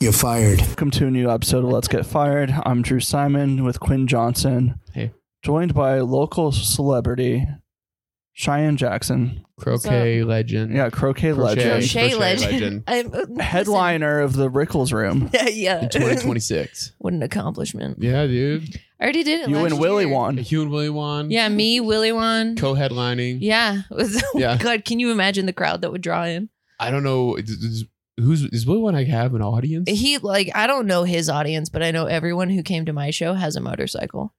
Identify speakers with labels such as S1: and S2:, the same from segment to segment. S1: You're fired.
S2: Welcome to a new episode of Let's Get Fired. I'm Drew Simon with Quinn Johnson.
S3: Hey.
S2: Joined by local celebrity Cheyenne Jackson.
S3: Croquet legend.
S2: Yeah, croquet legend.
S3: Crochet
S4: Crochet legend.
S3: legend.
S4: I'm-
S2: Headliner of the Rickles Room.
S4: Yeah, yeah.
S3: In 2026.
S4: what an accomplishment.
S3: yeah, dude.
S4: I already did it.
S2: You
S4: last
S2: and Willie
S4: year.
S2: won.
S3: Hugh and Willie won.
S4: Yeah, me, Willie won.
S3: Co-headlining.
S4: yeah. It was- oh
S3: Yeah.
S4: God, can you imagine the crowd that would draw in?
S3: I don't know. is- is- Who's does Willie want to have an audience?
S4: He like I don't know his audience, but I know everyone who came to my show has a motorcycle.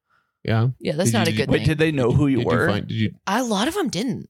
S3: yeah.
S4: Yeah, that's
S3: Did
S4: not
S3: you-
S4: a good
S2: Wait,
S4: thing.
S2: did they know who you
S3: Did
S2: were?
S3: find- did you?
S4: a lot of them didn't.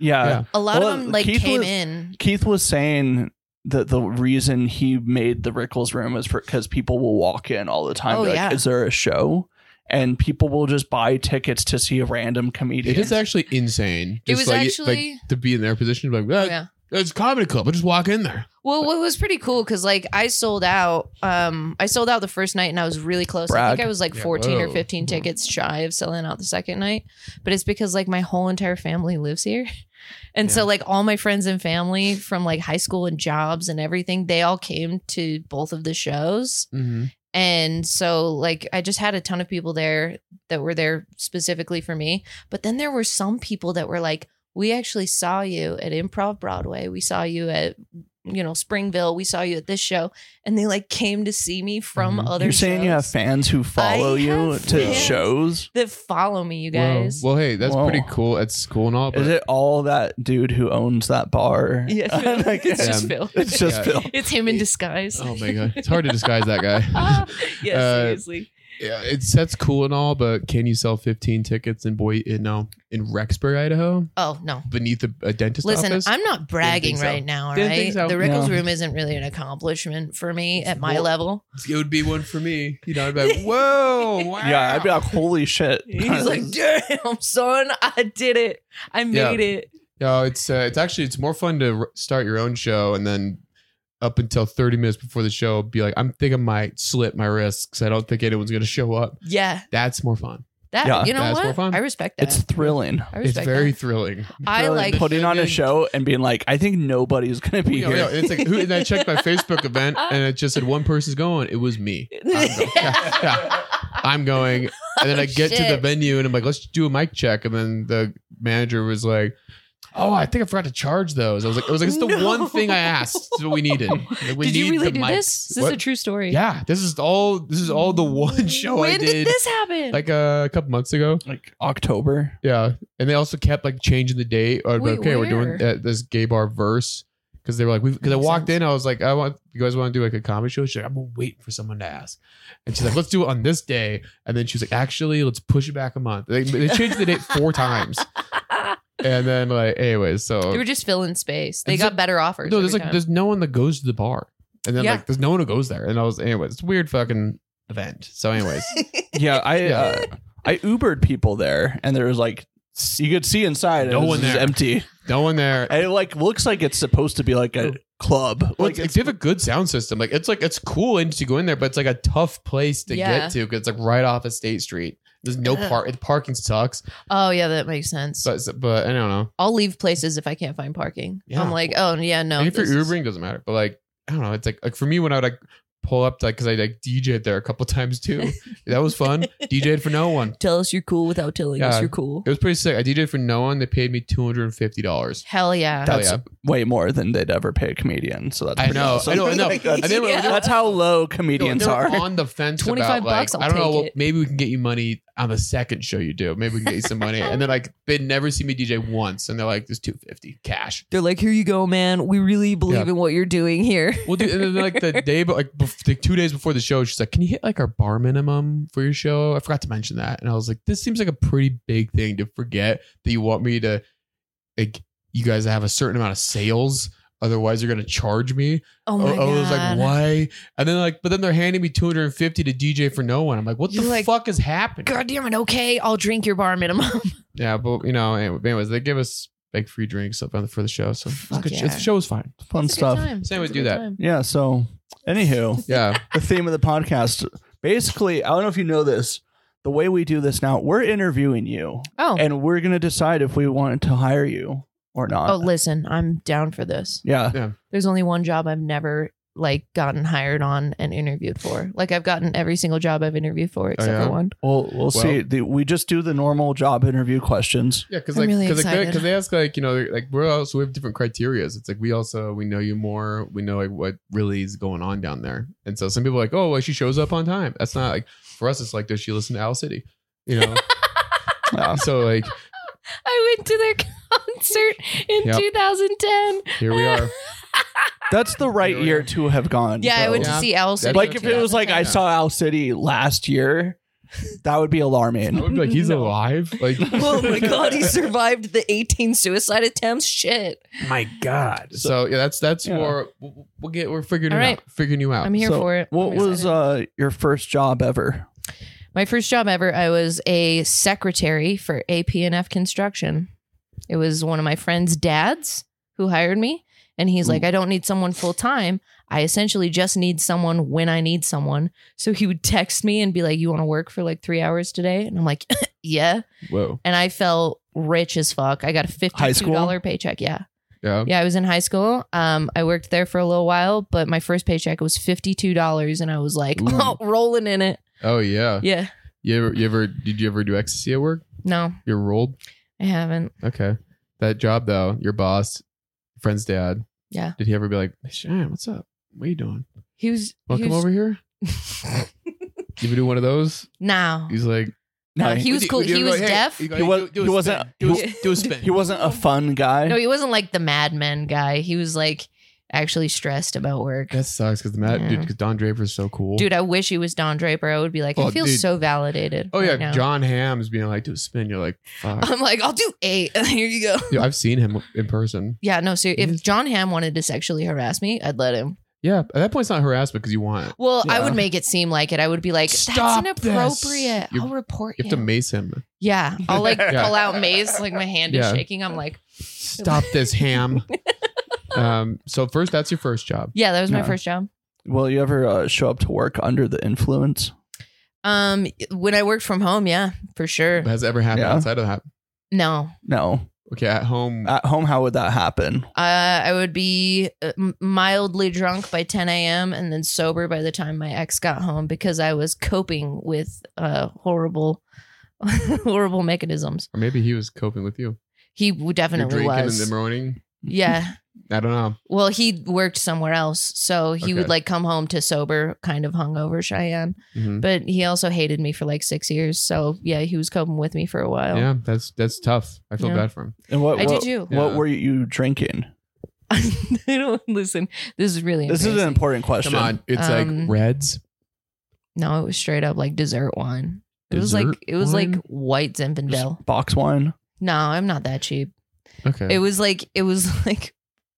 S2: yeah.
S3: yeah.
S4: A lot
S2: Well,
S4: of them like
S2: Keith
S4: came
S2: was-
S4: in.
S2: Keith was saying that the reason he made the Rickles Room is because people will walk in all the time.
S4: Oh,
S2: be like,
S4: yeah.
S2: Is there a show? And people will just buy tickets to see a random comedian.
S3: It is actually insane.
S4: It
S3: Just
S4: was
S3: like,
S4: actually-
S3: like to be in their position. Like,
S4: Oh,
S3: "Ah,
S4: yeah.
S3: it's a comedy club. I just walk in there.
S4: Well, what was pretty cool because like I sold out. Um, I sold out the first night and I was really close. I
S2: Brag.
S4: think I was like
S3: Yeah,
S4: fourteen or
S3: whoa.
S4: fifteen tickets shy of selling out the second night. But it's because like my whole entire family lives here, and
S3: Yeah.
S4: so like all my friends and family from like high school and jobs and everything, they all came to both of the shows.
S3: Mm-hmm.
S4: And so, like, I just had a ton of people there that were there specifically for me. But then there were some people that were like, we actually saw you at Improv Broadway. We saw you at, you know, Springville. We saw you at this show. And they like came to see me from
S3: Mhm.
S4: other
S2: Mm-hmm. You're saying you have
S4: shows
S2: fans who follow you
S4: have
S2: to
S4: fans.
S2: shows?
S4: that follow me, you guys.
S3: Well, hey, that's
S2: Whoa.
S3: pretty cool. That's cool and all. But
S2: Is it all that dude who owns that bar?
S4: yeah.
S2: Like,
S4: it's
S2: it's,
S4: just Phil.
S2: it's just
S3: Yeah.
S2: Phil.
S4: It's him in disguise.
S3: oh my god, it's hard to disguise that guy.
S4: yeah,
S3: Uh,
S4: seriously.
S3: yeah, it's that's cool and all, but can you sell 15 tickets in boy? You know, in Rexburg, Idaho,
S4: Oh, no.
S3: beneath a, a dentist
S4: Listen,
S3: office.
S4: I'm not bragging
S3: so.
S4: right now, all
S3: Didn't
S4: right?
S3: think so.
S4: The Rickles
S2: No.
S4: Room isn't really an accomplishment for me at my
S3: Well,
S4: level.
S3: it would be one for me. You know, I'd be like, whoa, wow.
S2: Yeah, I'd be like, holy shit.
S4: He's like, damn, son, I did it. I
S3: Yeah.
S4: made it.
S3: No, it's uh, it's actually it's more fun to r- start your own show and then up until 30 minutes before the show, be like, I'm thinking I might slip my wrists because I don't think anyone's gonna show up.
S4: Yeah.
S3: That's more fun.
S4: That
S2: Yeah.
S4: you know
S3: That's more
S4: what?
S3: fun.
S4: I respect that.
S2: it's thrilling.
S4: I
S3: It's
S4: respect
S3: very
S4: that.
S3: thrilling.
S4: I
S2: Thrilling.
S4: like
S2: putting on a show and being like, I think nobody's gonna be
S3: You
S2: here.
S3: know, it's like who, and I checked my Facebook event
S2: Uh.
S3: and it just said one person's going. It was me. I'm going. Yeah, yeah. I'm going. And then I get to the
S4: Oh, Shit.
S3: venue and I'm like, let's do a mic check. And then the manager was like, Oh, I think I forgot to charge those. I was like, I was like, it's the
S4: No.
S3: one thing I asked that we needed. Like, we
S4: Did you
S3: need
S4: really
S3: the
S4: do
S3: mics.
S4: this? Is this
S3: What?
S4: a true story?
S3: Yeah, this is all. This is all the one show
S4: when
S3: I did.
S4: this happen?
S3: like uh, a couple months ago.
S2: like October.
S3: Yeah, and they also kept like changing the date. Or,
S4: Wait,
S3: okay, we're
S4: where?
S3: doing uh, this gay bar verse because they were like, because I
S4: Makes
S3: walked
S4: sense.
S3: in, I was like, I want you guys want to do like a comedy show. She's like, I'm waiting for someone to ask, and she's like, let's do it on this day. And then she was like, actually, let's push it back a month. They, they changed the date four times, and then like, anyways, so
S4: they were just filling space. They
S3: It's
S4: got
S3: a-
S4: better offers.
S3: oh. no, there's
S4: every
S3: like
S4: time.
S3: there's no one that goes to the bar, and then
S4: Yeah.
S3: like there's no one who goes there. And I was, anyways, it's a weird fucking event. So, anyways,
S2: Yeah, I
S3: Yeah.
S2: Uh, I Ubered people there, and there was like s- you could see inside. and
S3: No
S2: it was
S3: one
S2: just
S3: there.
S2: empty.
S3: no one there.
S2: And it like looks like it's supposed to be like a club.
S3: Well,
S2: Like
S3: it's,
S2: it's,
S3: they have a good sound system. Like it's like it's cool and to go in there, but it's like a tough place to
S4: Yeah.
S3: get to because it's like right off of State Street. There's no
S4: Ugh.
S3: park. The parking sucks.
S4: oh yeah, that makes sense.
S3: But but I don't know.
S4: I'll leave places if I can't find parking.
S3: Yeah.
S4: I'm like, oh yeah, no.
S3: and if you're
S4: this is-
S3: Ubering, doesn't matter. But like I don't know. It's like like for me when I would like pull up like because I like DJ'd there a couple times too. that was fun. DJ'd for no one.
S4: tell us you're cool without telling
S3: Yeah.
S4: us you're cool.
S3: It was pretty sick. I DJ'd for no one. They paid me two hundred and fifty dollars.
S4: Hell yeah.
S3: Hell
S2: that's
S3: yeah.
S2: way more than they'd ever pay a comedian. So that's
S3: I
S2: pretty
S3: know.
S2: awesome.
S3: I know. I know.
S2: Like,
S3: And
S2: that's,
S3: they were-
S4: Yeah.
S3: they were
S2: that's how low comedians
S3: They're
S2: are.
S3: on the fence
S4: 25
S3: about like,
S4: bucks, I'll
S3: I don't know.
S4: take
S3: Well,
S4: it.
S3: maybe we can get you money on the second show you do. Maybe we can get you some money. And then like they'd never see me DJ once, and they're like, "There's two fifty cash."
S4: They're like, here you go, man. We really believe
S3: Yeah.
S4: in what you're doing here.
S3: Well, dude, and then like the day, but like bef- like, two days before the show, she's like, "Can you hit like our bar minimum for your show?" I forgot to mention that, and I was like, "This seems like a pretty big thing to forget that you want me to like you guys have a certain amount of sales." Otherwise, you're gonna charge me.
S4: Oh my god!
S3: I was like, "Why?" And then like, but then they're handing me 250 to DJ for no one. I'm like, "What
S4: You're
S3: the
S4: like,
S3: fuck is happening?"
S4: God damn it! Okay, I'll drink your bar minimum.
S3: Yeah, but you know, anyway- anyways, they give us like free drinks up on the, for the show, so it's
S4: Fuck
S3: good.
S4: yeah.
S3: the show was fine.
S2: Fun stuff.
S3: Same way do that.
S2: Yeah. So, anywho.
S3: Yeah,
S2: the theme of the podcast. Basically, I don't know if you know this. The way we do this now, we're interviewing you,
S4: Oh,
S2: and we're gonna decide if we want to hire you or not.
S4: oh, listen, I'm down for this.
S2: yeah,
S4: There's only one job I've never like gotten hired on and interviewed for. Like I've gotten every single job I've interviewed for except
S3: Oh, yeah?
S4: for one.
S2: Well, we'll, see. The, we just do the normal job interview questions.
S3: Yeah, because
S4: I'm
S3: like,
S4: really
S3: because like, they-
S4: excited.
S3: 'cause they ask like, you know, they're, like we're also we have different criterias. It's like we also we know you more. We know like what really is going on down there. And so some people are like, oh, well, she shows up on time. That's not like for us. It's like, does she listen to Owl City? You know.
S2: Yeah.
S3: so like,
S4: I went to their concert in
S3: Yep.
S4: 2010.
S3: here we are.
S2: That's the right
S3: Yeah,
S2: year
S3: yeah.
S2: to have gone.
S4: Yeah, I
S2: though.
S4: went
S3: Yeah.
S4: to see Owl City.
S2: Like
S4: in
S2: if it was like I
S4: 2010.
S2: saw Owl City last year, that would be
S3: I
S2: alarming.
S3: would be like, he's
S4: No.
S3: alive. Like,
S4: oh my god, he survived the 18 suicide attempts. Shit.
S2: My God. So
S3: so yeah, that's that's
S2: Yeah.
S3: more. We'll, we'll get we're figuring
S4: All
S3: it
S4: right.
S3: out. Figuring you out.
S4: Uh, I'm here
S2: So,
S4: for it.
S2: what
S4: I'm
S2: was
S4: excited.
S2: uh your first job ever?
S3: Uh,
S4: my first job ever? I was a secretary for APNF Construction. It was one of my friend's dads who hired me, and he's like, "I don't need someone full time. I essentially just need someone when I need someone." So he would text me and be like, "You want to work for like three hours today?" And I'm like, "Yeah."
S3: Whoa.
S4: And I felt rich as fuck. I got a
S2: High
S4: fifty-two
S2: school?
S4: dollar paycheck. Yeah.
S3: Yeah.
S4: Yeah, I was in high school. Um, I worked there for a little while, but my first paycheck was fifty two dollars, and I was like,
S3: Ooh.
S4: oh, rolling in it.
S3: Oh yeah.
S4: Yeah,
S3: You ever you ever did you ever do ecstasy at work?
S4: no,
S3: You're rolled.
S4: I haven't.
S3: Okay. That job though, your boss, friend's dad.
S4: Yeah.
S3: Did he ever be like, hey, Sharon, what's up? What are you doing?
S4: He was.
S3: Welcome
S4: he was
S3: over here. You ever do one of those?
S4: no,
S3: He's like,
S4: no, he
S3: Would
S4: was
S3: you-
S4: cool.
S3: would you
S4: He
S3: ever
S4: was
S3: go, "Hey,"
S4: deaf.
S3: you go,
S2: He
S3: "Hey,
S2: was-
S3: do-
S2: he
S3: do a
S2: wasn't-
S3: spin. Do
S4: he-
S3: a- do a spin.
S2: He wasn't a fun guy.
S4: no, he wasn't like the madman guy. He was like actually stressed about work.
S3: That sucks because the Matt
S4: Yeah.
S3: dude, because Don Draper's so cool.
S4: Dude, I wish he was Don Draper. I would be like,
S3: Oh,
S4: I feel
S3: dude.
S4: so validated.
S3: Oh yeah,
S4: right now.
S3: John Hamm's being like, do a spin. You're like, fuck.
S4: I'm like, I'll do eight. Here you go.
S3: Dude, I've seen him in person.
S4: Yeah, no. So
S3: Mhm.
S4: if John Hamm wanted to sexually harass me, I'd let him.
S3: Yeah, at that point, it's not harassment because you want it.
S4: Well, I
S2: Yeah.
S4: would make it seem like it. I would be like,
S3: Stop
S4: that's inappropriate.
S3: this. You-
S4: I'll report
S3: You
S4: you.
S3: have to mace him.
S4: yeah. I'll like
S2: Yeah.
S4: pull out mace, like my hand
S3: Yeah.
S4: is shaking. I'm like,
S3: Stop this, Ham. um. So first, that's your first job.
S4: yeah, that was my
S2: Yeah.
S4: first job.
S2: Will you ever uh, show up to work under the influence?
S4: Um, when I worked from home, yeah, for sure.
S3: Has it ever happened
S2: Yeah.
S3: outside of that?
S4: No,
S2: No.
S3: Okay, at home.
S2: At home, how would that happen?
S4: uh, I would be uh, m- mildly drunk by 10 a.m. and then sober by the time my ex got home because I was coping with uh, horrible, horrible mechanisms.
S3: Or maybe he was coping with you.
S4: He w-
S3: You're
S4: definitely
S3: drinking in
S4: was.
S3: the morning.
S4: Yeah.
S3: I don't know.
S4: Well, he worked somewhere else, so he
S3: Okay.
S4: would like come home to sober, kind of hungover Cheyenne.
S3: Mhm.
S4: But he also hated me for like six years, so yeah, he was coping with me for a while.
S3: Yeah, that's that's tough. I feel
S4: Yeah.
S3: bad for him.
S2: And what
S4: I do
S2: what,
S4: too.
S2: what
S3: Yeah.
S2: were you drinking?
S4: I don't listen. This is really
S2: This is an
S4: embarrassing.
S2: important question.
S3: Come on, it's
S4: Um,
S3: like reds.
S4: no. It was straight up like dessert wine. It was like
S3: Dessert
S4: it was
S3: wine?
S4: like white Zinfandel.
S2: Box wine.
S4: No, I'm not that cheap.
S3: Okay.
S4: It was like it was like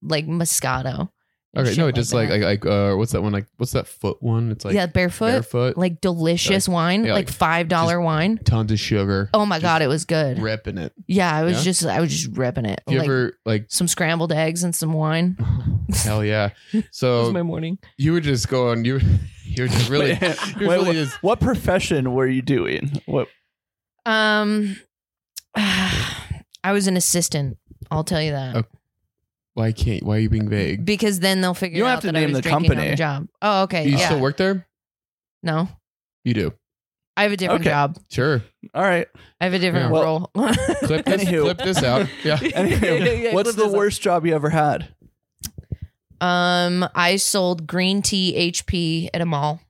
S4: like Moscato. and
S3: okay.
S4: shit
S3: No, just like
S4: that.
S3: like, like uh, what's that one? Like what's that foot one? It's like
S4: yeah, barefoot,
S3: barefoot.
S4: like delicious wine,
S3: yeah,
S4: like,
S3: like,
S4: five dollar wine.
S3: tons of sugar.
S4: Oh my
S3: just
S4: god, it was good.
S3: repping it.
S4: Yeah, I was
S3: Yeah?
S4: just I was just ripping it.
S3: Do you
S4: Like,
S3: ever like?
S4: some scrambled eggs and some wine.
S3: hell yeah.
S4: That was
S3: So
S4: my morning.
S3: you were just going. You you were just really.
S2: Wait,
S3: you were
S2: wait,
S3: really
S2: what-
S3: just,
S2: what profession were you doing? What
S4: Um, I was an assistant. I'll tell you that
S3: Okay. why can't? Why are you being vague?
S4: because then they'll figure
S2: You don't
S4: out
S2: have to
S4: that I
S2: name
S4: was
S2: the
S4: drinking on
S2: company.
S4: the job. Oh,
S3: Do
S4: okay.
S3: you
S4: yeah.
S3: still work there?
S4: no,
S3: You do.
S4: I have a different
S2: Okay.
S4: job.
S3: Sure.
S2: all right.
S4: I have a different
S2: Yeah.
S4: role.
S3: Clip this.
S2: Anywho.
S3: Clip this out. Yeah.
S2: Anyway,
S4: Yeah,
S2: what's
S4: clip
S2: the
S4: this up.
S2: worst job you ever had?
S4: Um, I sold green tea HP at a mall.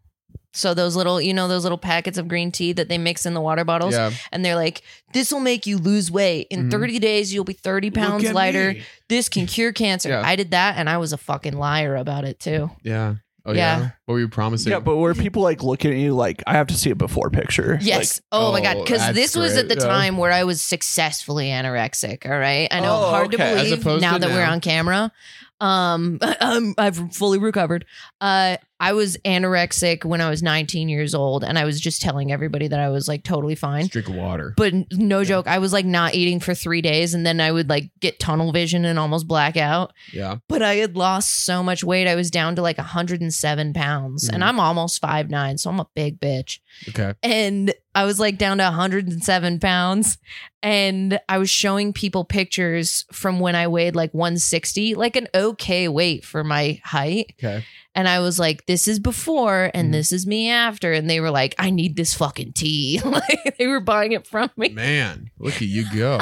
S4: So those little, you know, those little packets of green tea that they mix in the water bottles,
S3: Yeah.
S4: and they're like, "This will make you lose weight. In
S2: Mm-hmm.
S3: Mhm.
S4: 30 days, you'll be 30 pounds lighter. this can cure cancer.
S3: Yeah.
S4: I did that and I was a fucking liar about it too.
S3: Yeah. Oh yeah.
S4: Yeah.
S3: What were you promising?
S2: Yeah, but were people like looking at you like I have to see a before picture?
S4: Yes. oh, my
S3: oh,
S4: God. Because
S3: that's
S4: this was at the
S3: great. Yeah.
S4: time where I was successfully anorexic. All right. I know
S2: Oh,
S4: hard
S2: okay.
S4: to
S2: As
S4: believe
S3: opposed
S4: now
S3: to
S4: that we're
S3: now.
S4: on camera. Um, um, I've fully recovered. Uh, I was anorexic when I was 19 years old and I was just telling everybody that I was like totally fine.
S3: Just drink water.
S4: But n- no joke, I was like not eating for three days and then I would like get tunnel vision and almost black out.
S3: yeah.
S4: but I had lost so much weight. I was down to like 107 pounds and
S2: Mm-hmm.
S3: Mhm.
S4: I'm almost five nine, so I'm a big bitch.
S3: Okay.
S4: And I was like down to 107 pounds. And I was showing people pictures from when I weighed like 160, like an okay weight for my height.
S3: Okay.
S4: And I was like, this is before and
S2: Mm-hmm.
S3: Mhm.
S4: this is me after. And they were like, I need this fucking tea. like they were buying it from me.
S3: Man, look at you go.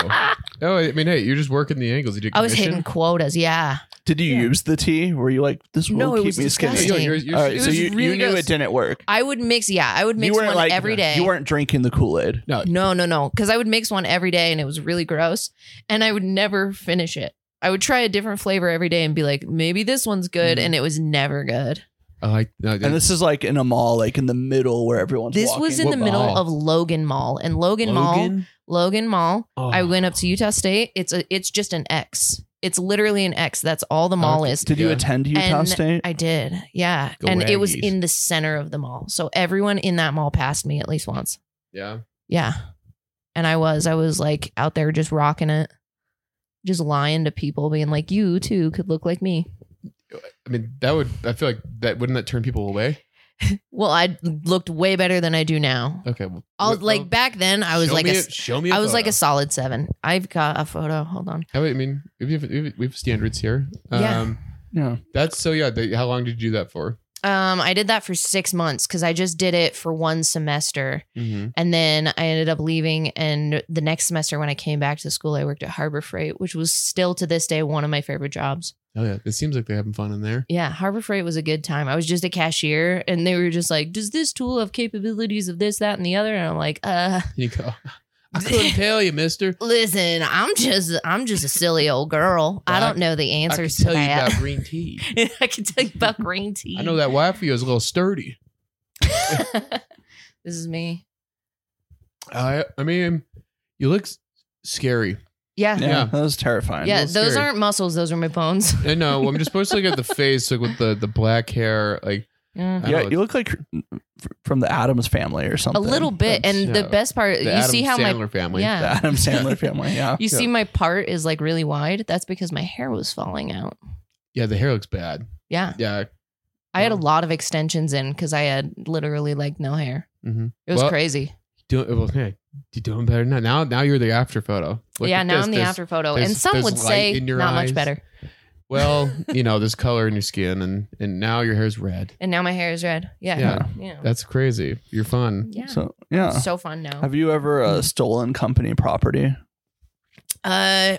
S3: oh, I mean, hey, you're just working the angles. You did
S4: I was
S3: commission?
S4: hitting quotas. Yeah.
S2: Did you
S4: Yeah.
S2: use the tea? Were you like, this will
S4: No, it
S2: keep
S4: was
S2: me skinny?
S4: disgusting.
S3: yours- yours-
S2: All right,
S4: It
S2: so
S4: was
S2: you, you
S4: really
S2: knew
S4: gross.
S2: it didn't work.
S4: I would mix, yeah, I would
S2: you
S4: mix
S2: weren't
S4: one
S2: like
S4: every day.
S2: You weren't drinking the Kool Aid.
S4: No, no, no. Because I would mix one every day and it was really gross. And I would never finish it. I would try a different flavor every day and be like, maybe this one's good.
S3: Mm.
S2: Mhm.
S4: And it was never good.
S3: I like no,
S2: And
S3: this,
S2: this is like in a mall, like in the middle where everyone's.
S4: This
S2: walking.
S4: was in
S3: What
S4: the middle
S3: mall?
S4: of Logan Mall. And Logan, Mall, Logan Mall,
S2: Oh,
S3: Oh.
S4: I went up to Utah State. It's a it's just an X. It's literally an X. That's all the mall
S3: Okay.
S4: is.
S2: Did you
S3: Yeah.
S2: attend Utah
S4: And
S2: State?
S4: I did. Yeah.
S3: Go
S4: and it was
S3: Aggies.
S4: in the center of the mall. So everyone in that mall passed me at least once.
S3: Yeah.
S4: Yeah. And I was, I was like out there just rocking it, just lying to people, being like, you too could look like me.
S3: I mean, that would. I feel like that wouldn't that turn people away.
S4: Well, I looked way better than I do now.
S3: Okay. Well,
S4: I was
S3: well,
S4: like back then, I was
S3: show
S4: like,
S3: me
S4: a,
S3: a, show me. I
S4: I was like a solid seven. I've got a photo. Hold on.
S3: I mean, we have, we have- we have standards here.
S4: Yeah.
S3: Um,
S2: yeah.
S3: that's so. Yeah. They, how long did you do that for?
S4: Um, I did that for six months because I just did it for one semester. And then I ended up leaving. And the next semester, when I came back to school, I worked at Harbor Freight, which was still to this day one of my favorite jobs.
S3: Oh yeah. It seems like they're having fun in there.
S4: Yeah, Harbor Freight was a good time. I was just a cashier and they were just like, Does this tool have capabilities of this, that, and the other? And I'm like, uh,
S3: You go. I couldn't tell you, Mister.
S4: listen, I'm just I'm just a silly old girl. I don't know the
S3: I could
S4: answers
S3: tell
S4: to
S3: you
S4: that.
S3: about green tea.
S4: I can tell you about green tea.
S3: I know that wife of yours is a little sturdy.
S4: that. this is me.
S3: I I mean, you look s- scary.
S4: Yeah.
S2: yeah,
S4: Yeah,
S3: Yeah.
S2: that was terrifying.
S3: Yeah. little
S4: those
S3: scary.
S4: aren't muscles, those are my bones.
S3: I know. I'm just supposed to look at the face, like with the the black hair, like
S4: Yeah.
S3: I
S2: Yeah,
S3: know.
S2: you look like from the Adams family or
S4: A
S2: something.
S4: little bit.
S3: That's,
S4: and
S3: uh,
S4: the best part,
S3: the
S4: you
S3: Adam
S4: see how
S3: Sandler
S4: my
S3: family.
S2: The
S4: Yeah.
S2: Adam Sandler family. Yeah.
S4: you see my part is like really wide. That's because my hair was falling out.
S3: Yeah, the hair looks bad.
S4: Yeah.
S3: Yeah.
S4: I had a
S3: Wow.
S4: lot of extensions in because I had literally like no hair.
S3: Mm-hmm.
S4: It was
S3: Well,
S4: crazy.
S3: Doing well, hey, you doing better now. Now, now you're the after photo. Look
S4: yeah,
S3: at
S4: now
S3: this.
S4: I'm the
S3: There's-
S4: after photo, and
S3: there's-
S4: some
S3: there's
S4: would
S3: light
S4: say
S3: in your
S4: not
S3: eyes.
S4: much better.
S3: Well, you know, there's color in your skin, and and now your hair's red.
S4: And now my hair is red. Yeah,
S3: Yeah.
S4: yeah, yeah.
S3: That's crazy. You're fun.
S2: So yeah.
S4: So Hmm. fun now.
S2: Have you ever uh, stolen company property?
S4: Uh,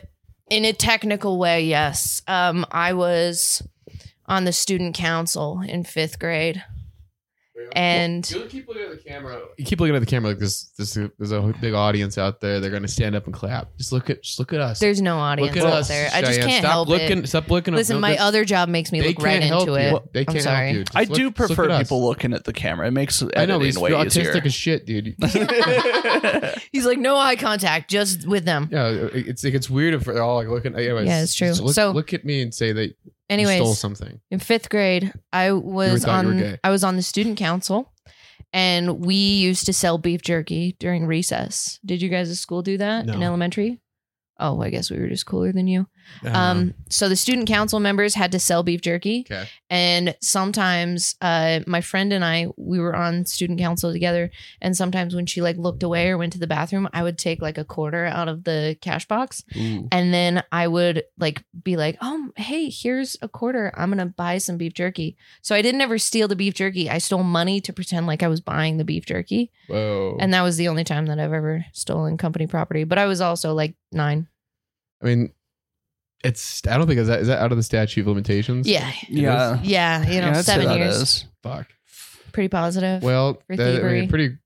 S4: in a technical way, yes. Um, I was on the student council in fifth grade, and
S3: you keep looking at the camera. You keep looking at the camera like this. This there's a big audience out there. They're gonna stand up and clap. Just look at just look at us.
S4: there's no audience
S3: look at
S4: out
S3: us.
S4: there. I just
S3: Cheyenne.
S4: can't
S3: stop
S4: help
S3: looking,
S4: it.
S3: Stop looking. up.
S4: Listen,
S3: No,
S4: my
S3: they-
S4: other job makes me
S3: they
S4: look right
S3: can't help
S4: into
S3: you.
S4: it.
S3: They can't
S4: sorry.
S3: help you. Just
S2: I
S3: look-
S2: do
S3: just look
S2: prefer
S3: at us.
S2: people looking at the camera. It makes
S3: I know
S2: editing
S3: he's
S2: way easier.
S3: autistic as shit, dude.
S4: He's like, no eye contact, just with them.
S3: Yeah, it's like it's weird if they're all like looking. Anyways,
S4: Yeah, it's true.
S3: just Look,
S4: So-
S3: look at me and say that
S4: Anyways,
S3: you stole something.
S4: in fifth grade i was
S3: thought you were
S4: on
S3: gay.
S4: i was on the student council and we used to sell beef jerky during recess did you guys at school do that in
S3: No.
S4: elementary oh i guess we were just cooler than you um so the student council members had to sell beef jerky
S3: Okay.
S4: and sometimes uh my friend and i we were on student council together and sometimes when she like looked away or went to the bathroom i would take like a quarter out of the cash box
S3: Ooh.
S4: and then I would like be like, oh, hey, here's a quarter. I'm going to buy some beef jerky. So I didn't ever steal the beef jerky. I stole money to pretend like I was buying the beef jerky.
S3: Whoa.
S4: And that was the only time that I've ever stolen company property. But I was also like nine.
S3: I mean, it's. I don't think is that is that out of the statute of limitations.
S4: Yeah.
S2: yeah.
S4: Yeah. You know,
S2: Yeah, I'd say
S4: seven
S2: that
S4: years.
S2: is.
S3: Fuck.
S4: Pretty positive.
S3: Well,
S4: For
S3: that, I mean,
S4: thievery.
S3: pretty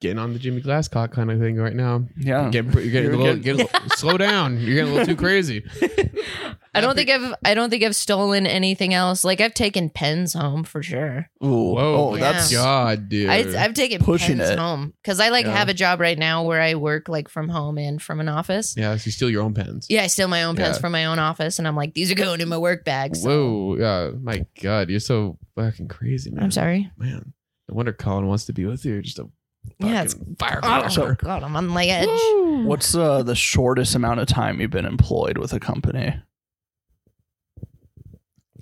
S3: getting on the Jimmy Glasscock kind of thing right now.
S2: Yeah.
S3: You're getting, pre- you're getting
S2: You're
S3: a little.
S2: getting-
S3: Getting, a little- slow down. You're getting a little too crazy.
S4: I don't think I've I don't think I've stolen anything else. Like I've taken pens home for sure.
S2: Ooh.
S3: Whoa.
S2: Oh,
S4: Yeah.
S2: that's
S3: God, dude.
S4: I, I've taken
S2: Pushing
S4: pens
S2: it.
S4: home because I like
S3: Yeah.
S4: have a job right now where I work like from home and from an office.
S3: yeah, so you steal your own pens.
S4: Yeah, I steal my own pens
S3: Yeah.
S4: from my own office, and I'm like, these are going in my work bag. So.
S3: Whoa. Yeah. My God, you're so fucking crazy, man.
S4: I'm sorry.
S3: man. No wonder Colin wants to be with you. You're Just a
S4: Yeah, it's
S3: fucking fire.
S4: Oh
S2: So-
S4: god, I'm on my edge.
S2: What's uh, the shortest amount of time you've been employed with a company?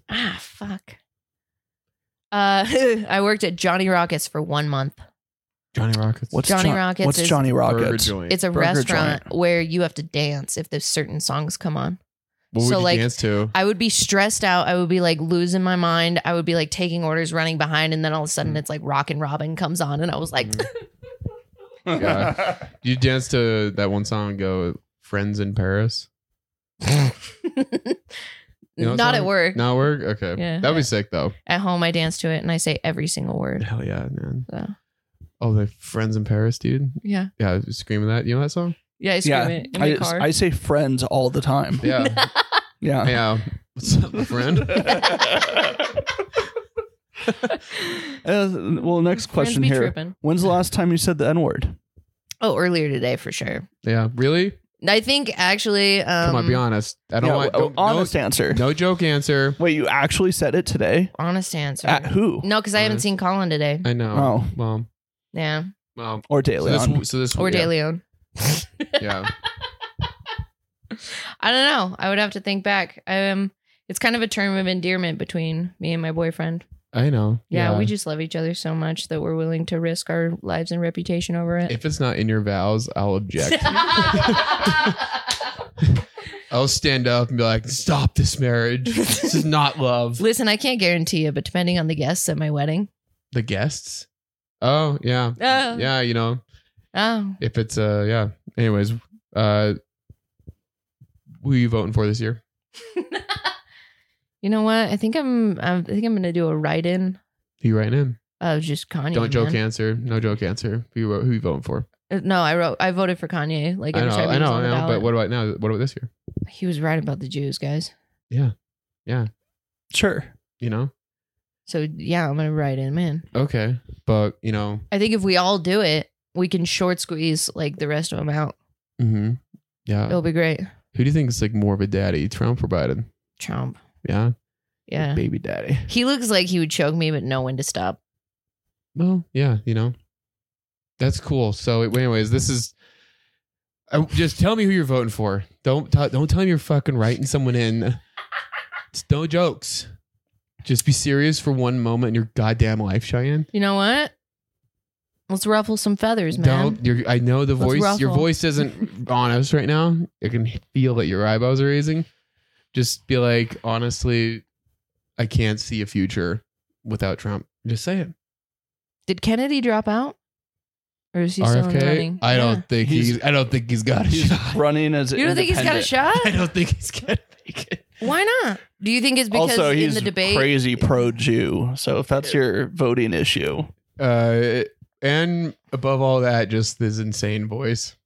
S4: Ah, fuck. Uh, I worked at Johnny Rockets for one month.
S3: Johnny Rockets.
S2: What's
S4: Johnny
S2: Jo-
S4: Rockets
S2: What's
S4: is-
S2: Johnny
S3: Burger
S2: Rockets?
S3: joint.
S4: It's a
S2: Burger
S4: restaurant where you have to dance if there's certain songs come on.
S3: What would
S4: So,
S3: you
S4: like,
S3: dance to?
S4: I would be stressed out. I would be like losing my mind. I would be like taking orders, running behind, and then all of a
S3: Mm.
S4: sudden it's like Rock and Robin comes on, and I was like,
S3: Mhm. you dance to that one song. Go friends in Paris. You know what song?
S4: not at work.
S3: Not work. Okay,
S4: Yeah.
S3: that'd be sick though.
S4: At home, I dance to it, and I say every single word.
S3: Hell yeah, man.
S4: So
S3: Oh, the friends in Paris, dude.
S4: yeah,
S3: Yeah, I was screaming that. You know that song?
S4: yeah, I scream
S2: Yeah.
S4: it in
S2: I,
S4: the car.
S2: I say friends all the time.
S3: Yeah,
S2: Yeah.
S3: yeah. What's up, my friend?
S2: Uh, well, next
S4: Friends
S2: question
S4: be
S2: here.
S4: tripping.
S2: When's the last time you said the N word?
S4: Oh, earlier today for sure.
S3: Yeah, really?
S4: I think actually, um,
S3: Come on, be honest. I don't want don't,
S2: honest
S3: no,
S2: answer.
S3: no joke answer.
S2: Wait, you actually said it today?
S4: honest answer.
S2: At who?
S4: no, because I
S3: Ah.
S4: haven't
S3: Honest.
S4: seen Colin today.
S3: I know.
S2: Oh,
S3: Well,
S4: Yeah,
S3: well.
S2: or
S3: So
S2: daily.
S3: this, so this
S4: or
S3: Oh, yeah,
S4: De Leon.
S3: Yeah.
S4: I don't know. I would have to think back. Um, it's kind of a term of endearment between me and my boyfriend.
S3: I know.
S4: Yeah, we just love each other so much that we're willing to risk our lives and reputation over it.
S3: If it's not in your vows, I'll object. I'll stand up and be like, "Stop this marriage. This is not love."
S4: Listen, I can't guarantee it, but depending on the guests at my wedding,
S3: The guests. Oh yeah,
S4: oh,
S3: yeah. You know,
S4: oh,
S3: if it's uh, yeah. Anyways, uh, who you voting for this year?
S4: you know what? I think I'm. I think I'm gonna do a write-in
S3: Who you writing in?
S4: of just Kanye.
S3: Don't joke
S4: man.
S3: answer. No joke answer. Who you, who you voting for?
S4: Uh, No, I wrote. I voted for Kanye. Like
S3: I
S4: every
S3: know,
S4: time
S3: I
S4: he was
S3: know,
S4: on
S3: I
S4: the
S3: know. But
S4: ballot.
S3: what about now? What about this year?
S4: he was right about the Jews, guys.
S2: sure.
S3: You know?
S4: So yeah, I'm gonna write in, man.
S3: Okay, but you know,
S4: I think if we all do it, we can short squeeze like the rest of them out.
S3: hmm yeah.
S4: It'll be great.
S3: Who do you think is like more of a daddy, Trump or Biden?
S4: Trump.
S3: Yeah,
S4: Yeah.
S3: baby daddy.
S4: He looks like he would choke me, but know when to stop.
S3: Well, yeah, you know, that's cool. So, anyways, this is. I, just tell me who you're voting for. Don't t- don't tell me you're fucking writing someone in. It's no jokes. Just be serious for one moment in your goddamn life, Cheyenne.
S4: You know what? Let's ruffle some feathers, man.
S3: Don't. You're, I know the
S4: Let's
S3: voice. Your
S4: ruffle.
S3: voice isn't honest right now. I can feel that your eyebrows are raising. Just be like, honestly, I can't see a future without Trump. Just say it.
S4: Did Kennedy drop out? Or is he still in the
S3: RFK.
S4: running?
S3: I don't
S4: Yeah.
S3: think he's,
S2: He's-
S3: I don't think he's got a
S2: He's
S3: shot.
S2: running as
S4: You don't think he's got a
S2: independent.
S4: shot?
S3: I don't think he's gonna make it.
S4: Why not? Do you think it's because
S2: Also,
S4: in
S2: he's
S4: the debate?
S2: crazy pro Jew. So if that's your voting issue,
S3: Uh, and above all that, just this insane voice.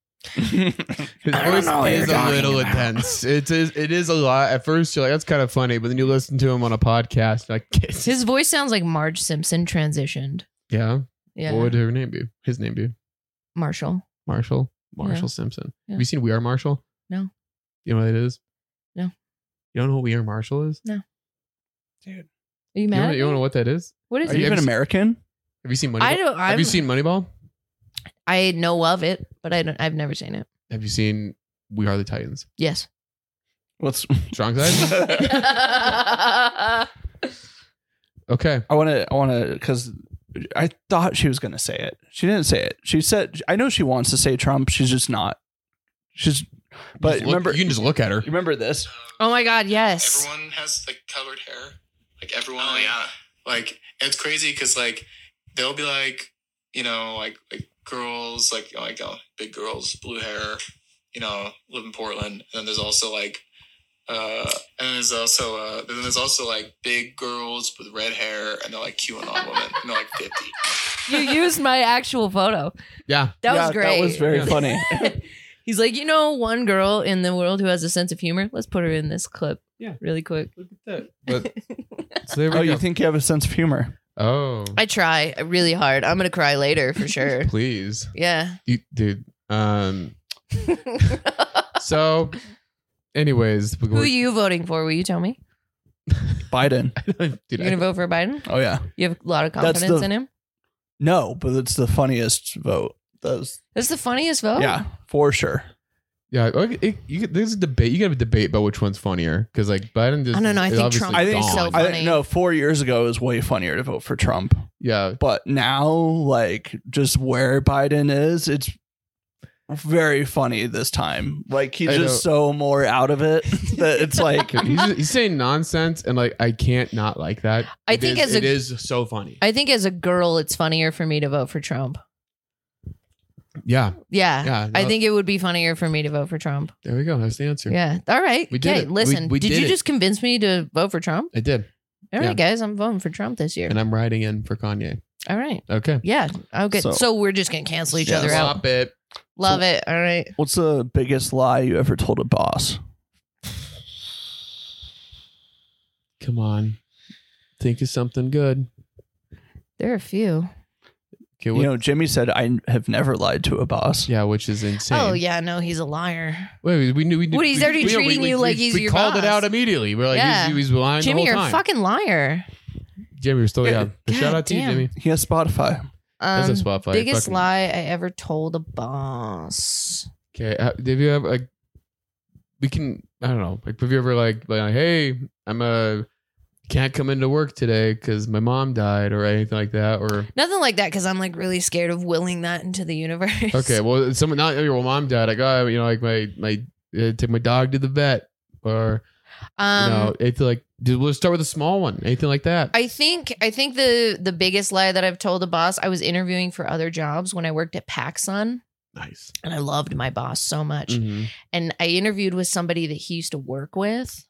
S3: His
S4: I don't
S3: voice
S4: know what
S3: is
S4: you're
S3: a
S4: talking
S3: little
S4: about.
S3: intense. It is. It is a lot. At first, you're like, "That's kind of funny," but then you listen to him on a podcast, like,
S4: His voice sounds like Marge Simpson transitioned.
S3: yeah.
S4: Yeah.
S3: What would her name be? His name be
S4: Marshall.
S3: Marshall. Marshall Simpson.
S4: Yeah.
S3: Have you seen We Are Marshall?
S4: No.
S3: You know what it is?
S4: No.
S3: You don't know what We Are Marshall is?
S4: Are you
S3: You
S4: mad?
S3: don't,
S4: at
S3: you don't
S4: me?
S3: know what that is?
S4: what is
S2: are
S4: it?
S2: you even American?
S3: Have you seen Moneyball?
S4: I don't. I'm,
S3: Have you seen Moneyball?
S4: I know of it, but I don't. I've never seen it.
S3: Have you seen We Are the Titans?
S4: Yes.
S2: What's
S3: Strong side.
S4: I
S3: okay.
S2: I want to, I want to, because I thought she was going to say it. She didn't say it. She said, I know she wants to say Trump. She's just not. She's, but
S3: Just look-
S2: remember,
S3: you can just look at her.
S2: remember this.
S4: Oh my God, yes.
S1: Everyone has like colored hair. Like everyone. Like it's crazy because like they'll be like you know like like girls like you know, like uh, big girls blue hair you know live in Portland and then there's also like uh and then there's also uh then there's also like big girls with red hair and they're like QAnon women and they're like fifty.
S4: you used my actual photo.
S3: Yeah.
S4: That
S2: Yeah,
S4: was great.
S2: That was very
S3: Yeah.
S2: funny.
S4: He's like, you know, one girl in the world who has a sense of humor. Let's put her in this clip.
S3: Yeah.
S4: Really quick.
S3: Look at that. so there we
S2: oh,
S3: go.
S2: you think you have a sense of humor?
S3: oh,
S4: I try really hard. I'm gonna cry later for sure.
S3: please,
S4: Yeah.
S3: you, dude. Um. So, anyways,
S4: Who are you voting for? Will you tell me?
S2: Biden.
S3: dude,
S4: You're gonna vote for Biden?
S2: Oh, yeah.
S4: You have a lot of
S2: That's
S4: confidence
S2: the-
S4: in him.
S2: No, but it's the funniest vote. That was,
S4: That's the funniest vote.
S2: Yeah, for sure.
S3: yeah. Okay, it, you, could- there's a debate. You can have a debate about which one's funnier because like Biden. Just,
S4: I don't know, Oh, I
S3: is
S4: think
S3: obviously
S4: Trump
S2: I think
S4: It's
S2: so.
S4: so
S2: I
S4: funny.
S2: think no. Four years ago, it was way funnier to vote for Trump.
S3: yeah.
S2: But now, like, just where Biden is, it's very funny this time. Like he's
S3: I
S2: just so more out of it that it's like
S3: Good. he's, he's saying nonsense, and like I can't not like that.
S4: I
S3: It
S4: think
S3: is-
S4: as a-
S3: it is so funny.
S4: I think as a girl, it's funnier for me to vote for Trump.
S3: yeah,
S4: Yeah.
S3: yeah.
S4: I
S3: no,
S4: think it would be funnier for me to vote for Trump.
S3: there we go. That's the answer.
S4: Yeah. All right.
S3: We did
S4: Okay.
S3: it. We-
S4: Listen,
S3: we
S4: did,
S3: did
S4: you
S3: it.
S4: just convince me to vote for Trump?
S3: I did,
S4: All right,
S3: Yeah.
S4: guys, I'm voting for Trump this year.
S3: and I'm writing in for Kanye.
S4: All right.
S3: Okay,
S4: Yeah. Okay. So,
S2: So-
S4: we're just gonna cancel each
S2: Yeah,
S4: other out.
S3: Stop it.
S4: Love it. All right.
S2: what's the biggest lie you ever told a boss?
S3: Come on, think of something good.
S4: There are a few.
S3: Okay,
S2: You
S3: what,
S2: know, Jimmy said I have never lied to a boss.
S3: yeah, which is insane.
S4: Oh yeah, no, he's a liar.
S3: Wait, we- we knew. We knew
S4: What, he's
S3: we-
S4: already
S3: we- we-
S4: treating
S3: we-
S4: you like
S3: we-
S4: he's
S3: We
S4: your
S3: called it
S4: boss.
S3: out immediately. We're like,
S4: Yeah.
S3: he's- he was lying the
S4: Jimmy,
S3: whole
S4: you're a
S3: time.
S4: fucking liar.
S3: Jimmy, you're still yeah.
S4: God
S3: Shout out to you,
S4: damn.
S3: Jimmy.
S2: He has Spotify.
S4: Um,
S3: That's a spot fight.
S4: biggest
S3: Fucking-
S4: lie I ever told a boss.
S3: Okay. uh, Have you ever like we can I don't know, like have you ever like like hey, I'm a can't come into work today because my mom died or anything like that or
S4: Nothing like that because I'm like really scared of willing that into the universe.
S3: okay, well it's someone not your mom died, like oh you know, like my my uh, take my dog to the vet or
S4: Um,
S3: you know, anything like dude, we'll start with a small one, anything like that.
S4: I think I think the the biggest lie that I've told a boss. I was interviewing for other jobs when I worked at PacSun,
S3: nice.
S4: and I loved my boss so much.
S3: Mhm.
S4: and I interviewed with somebody that he used to work with,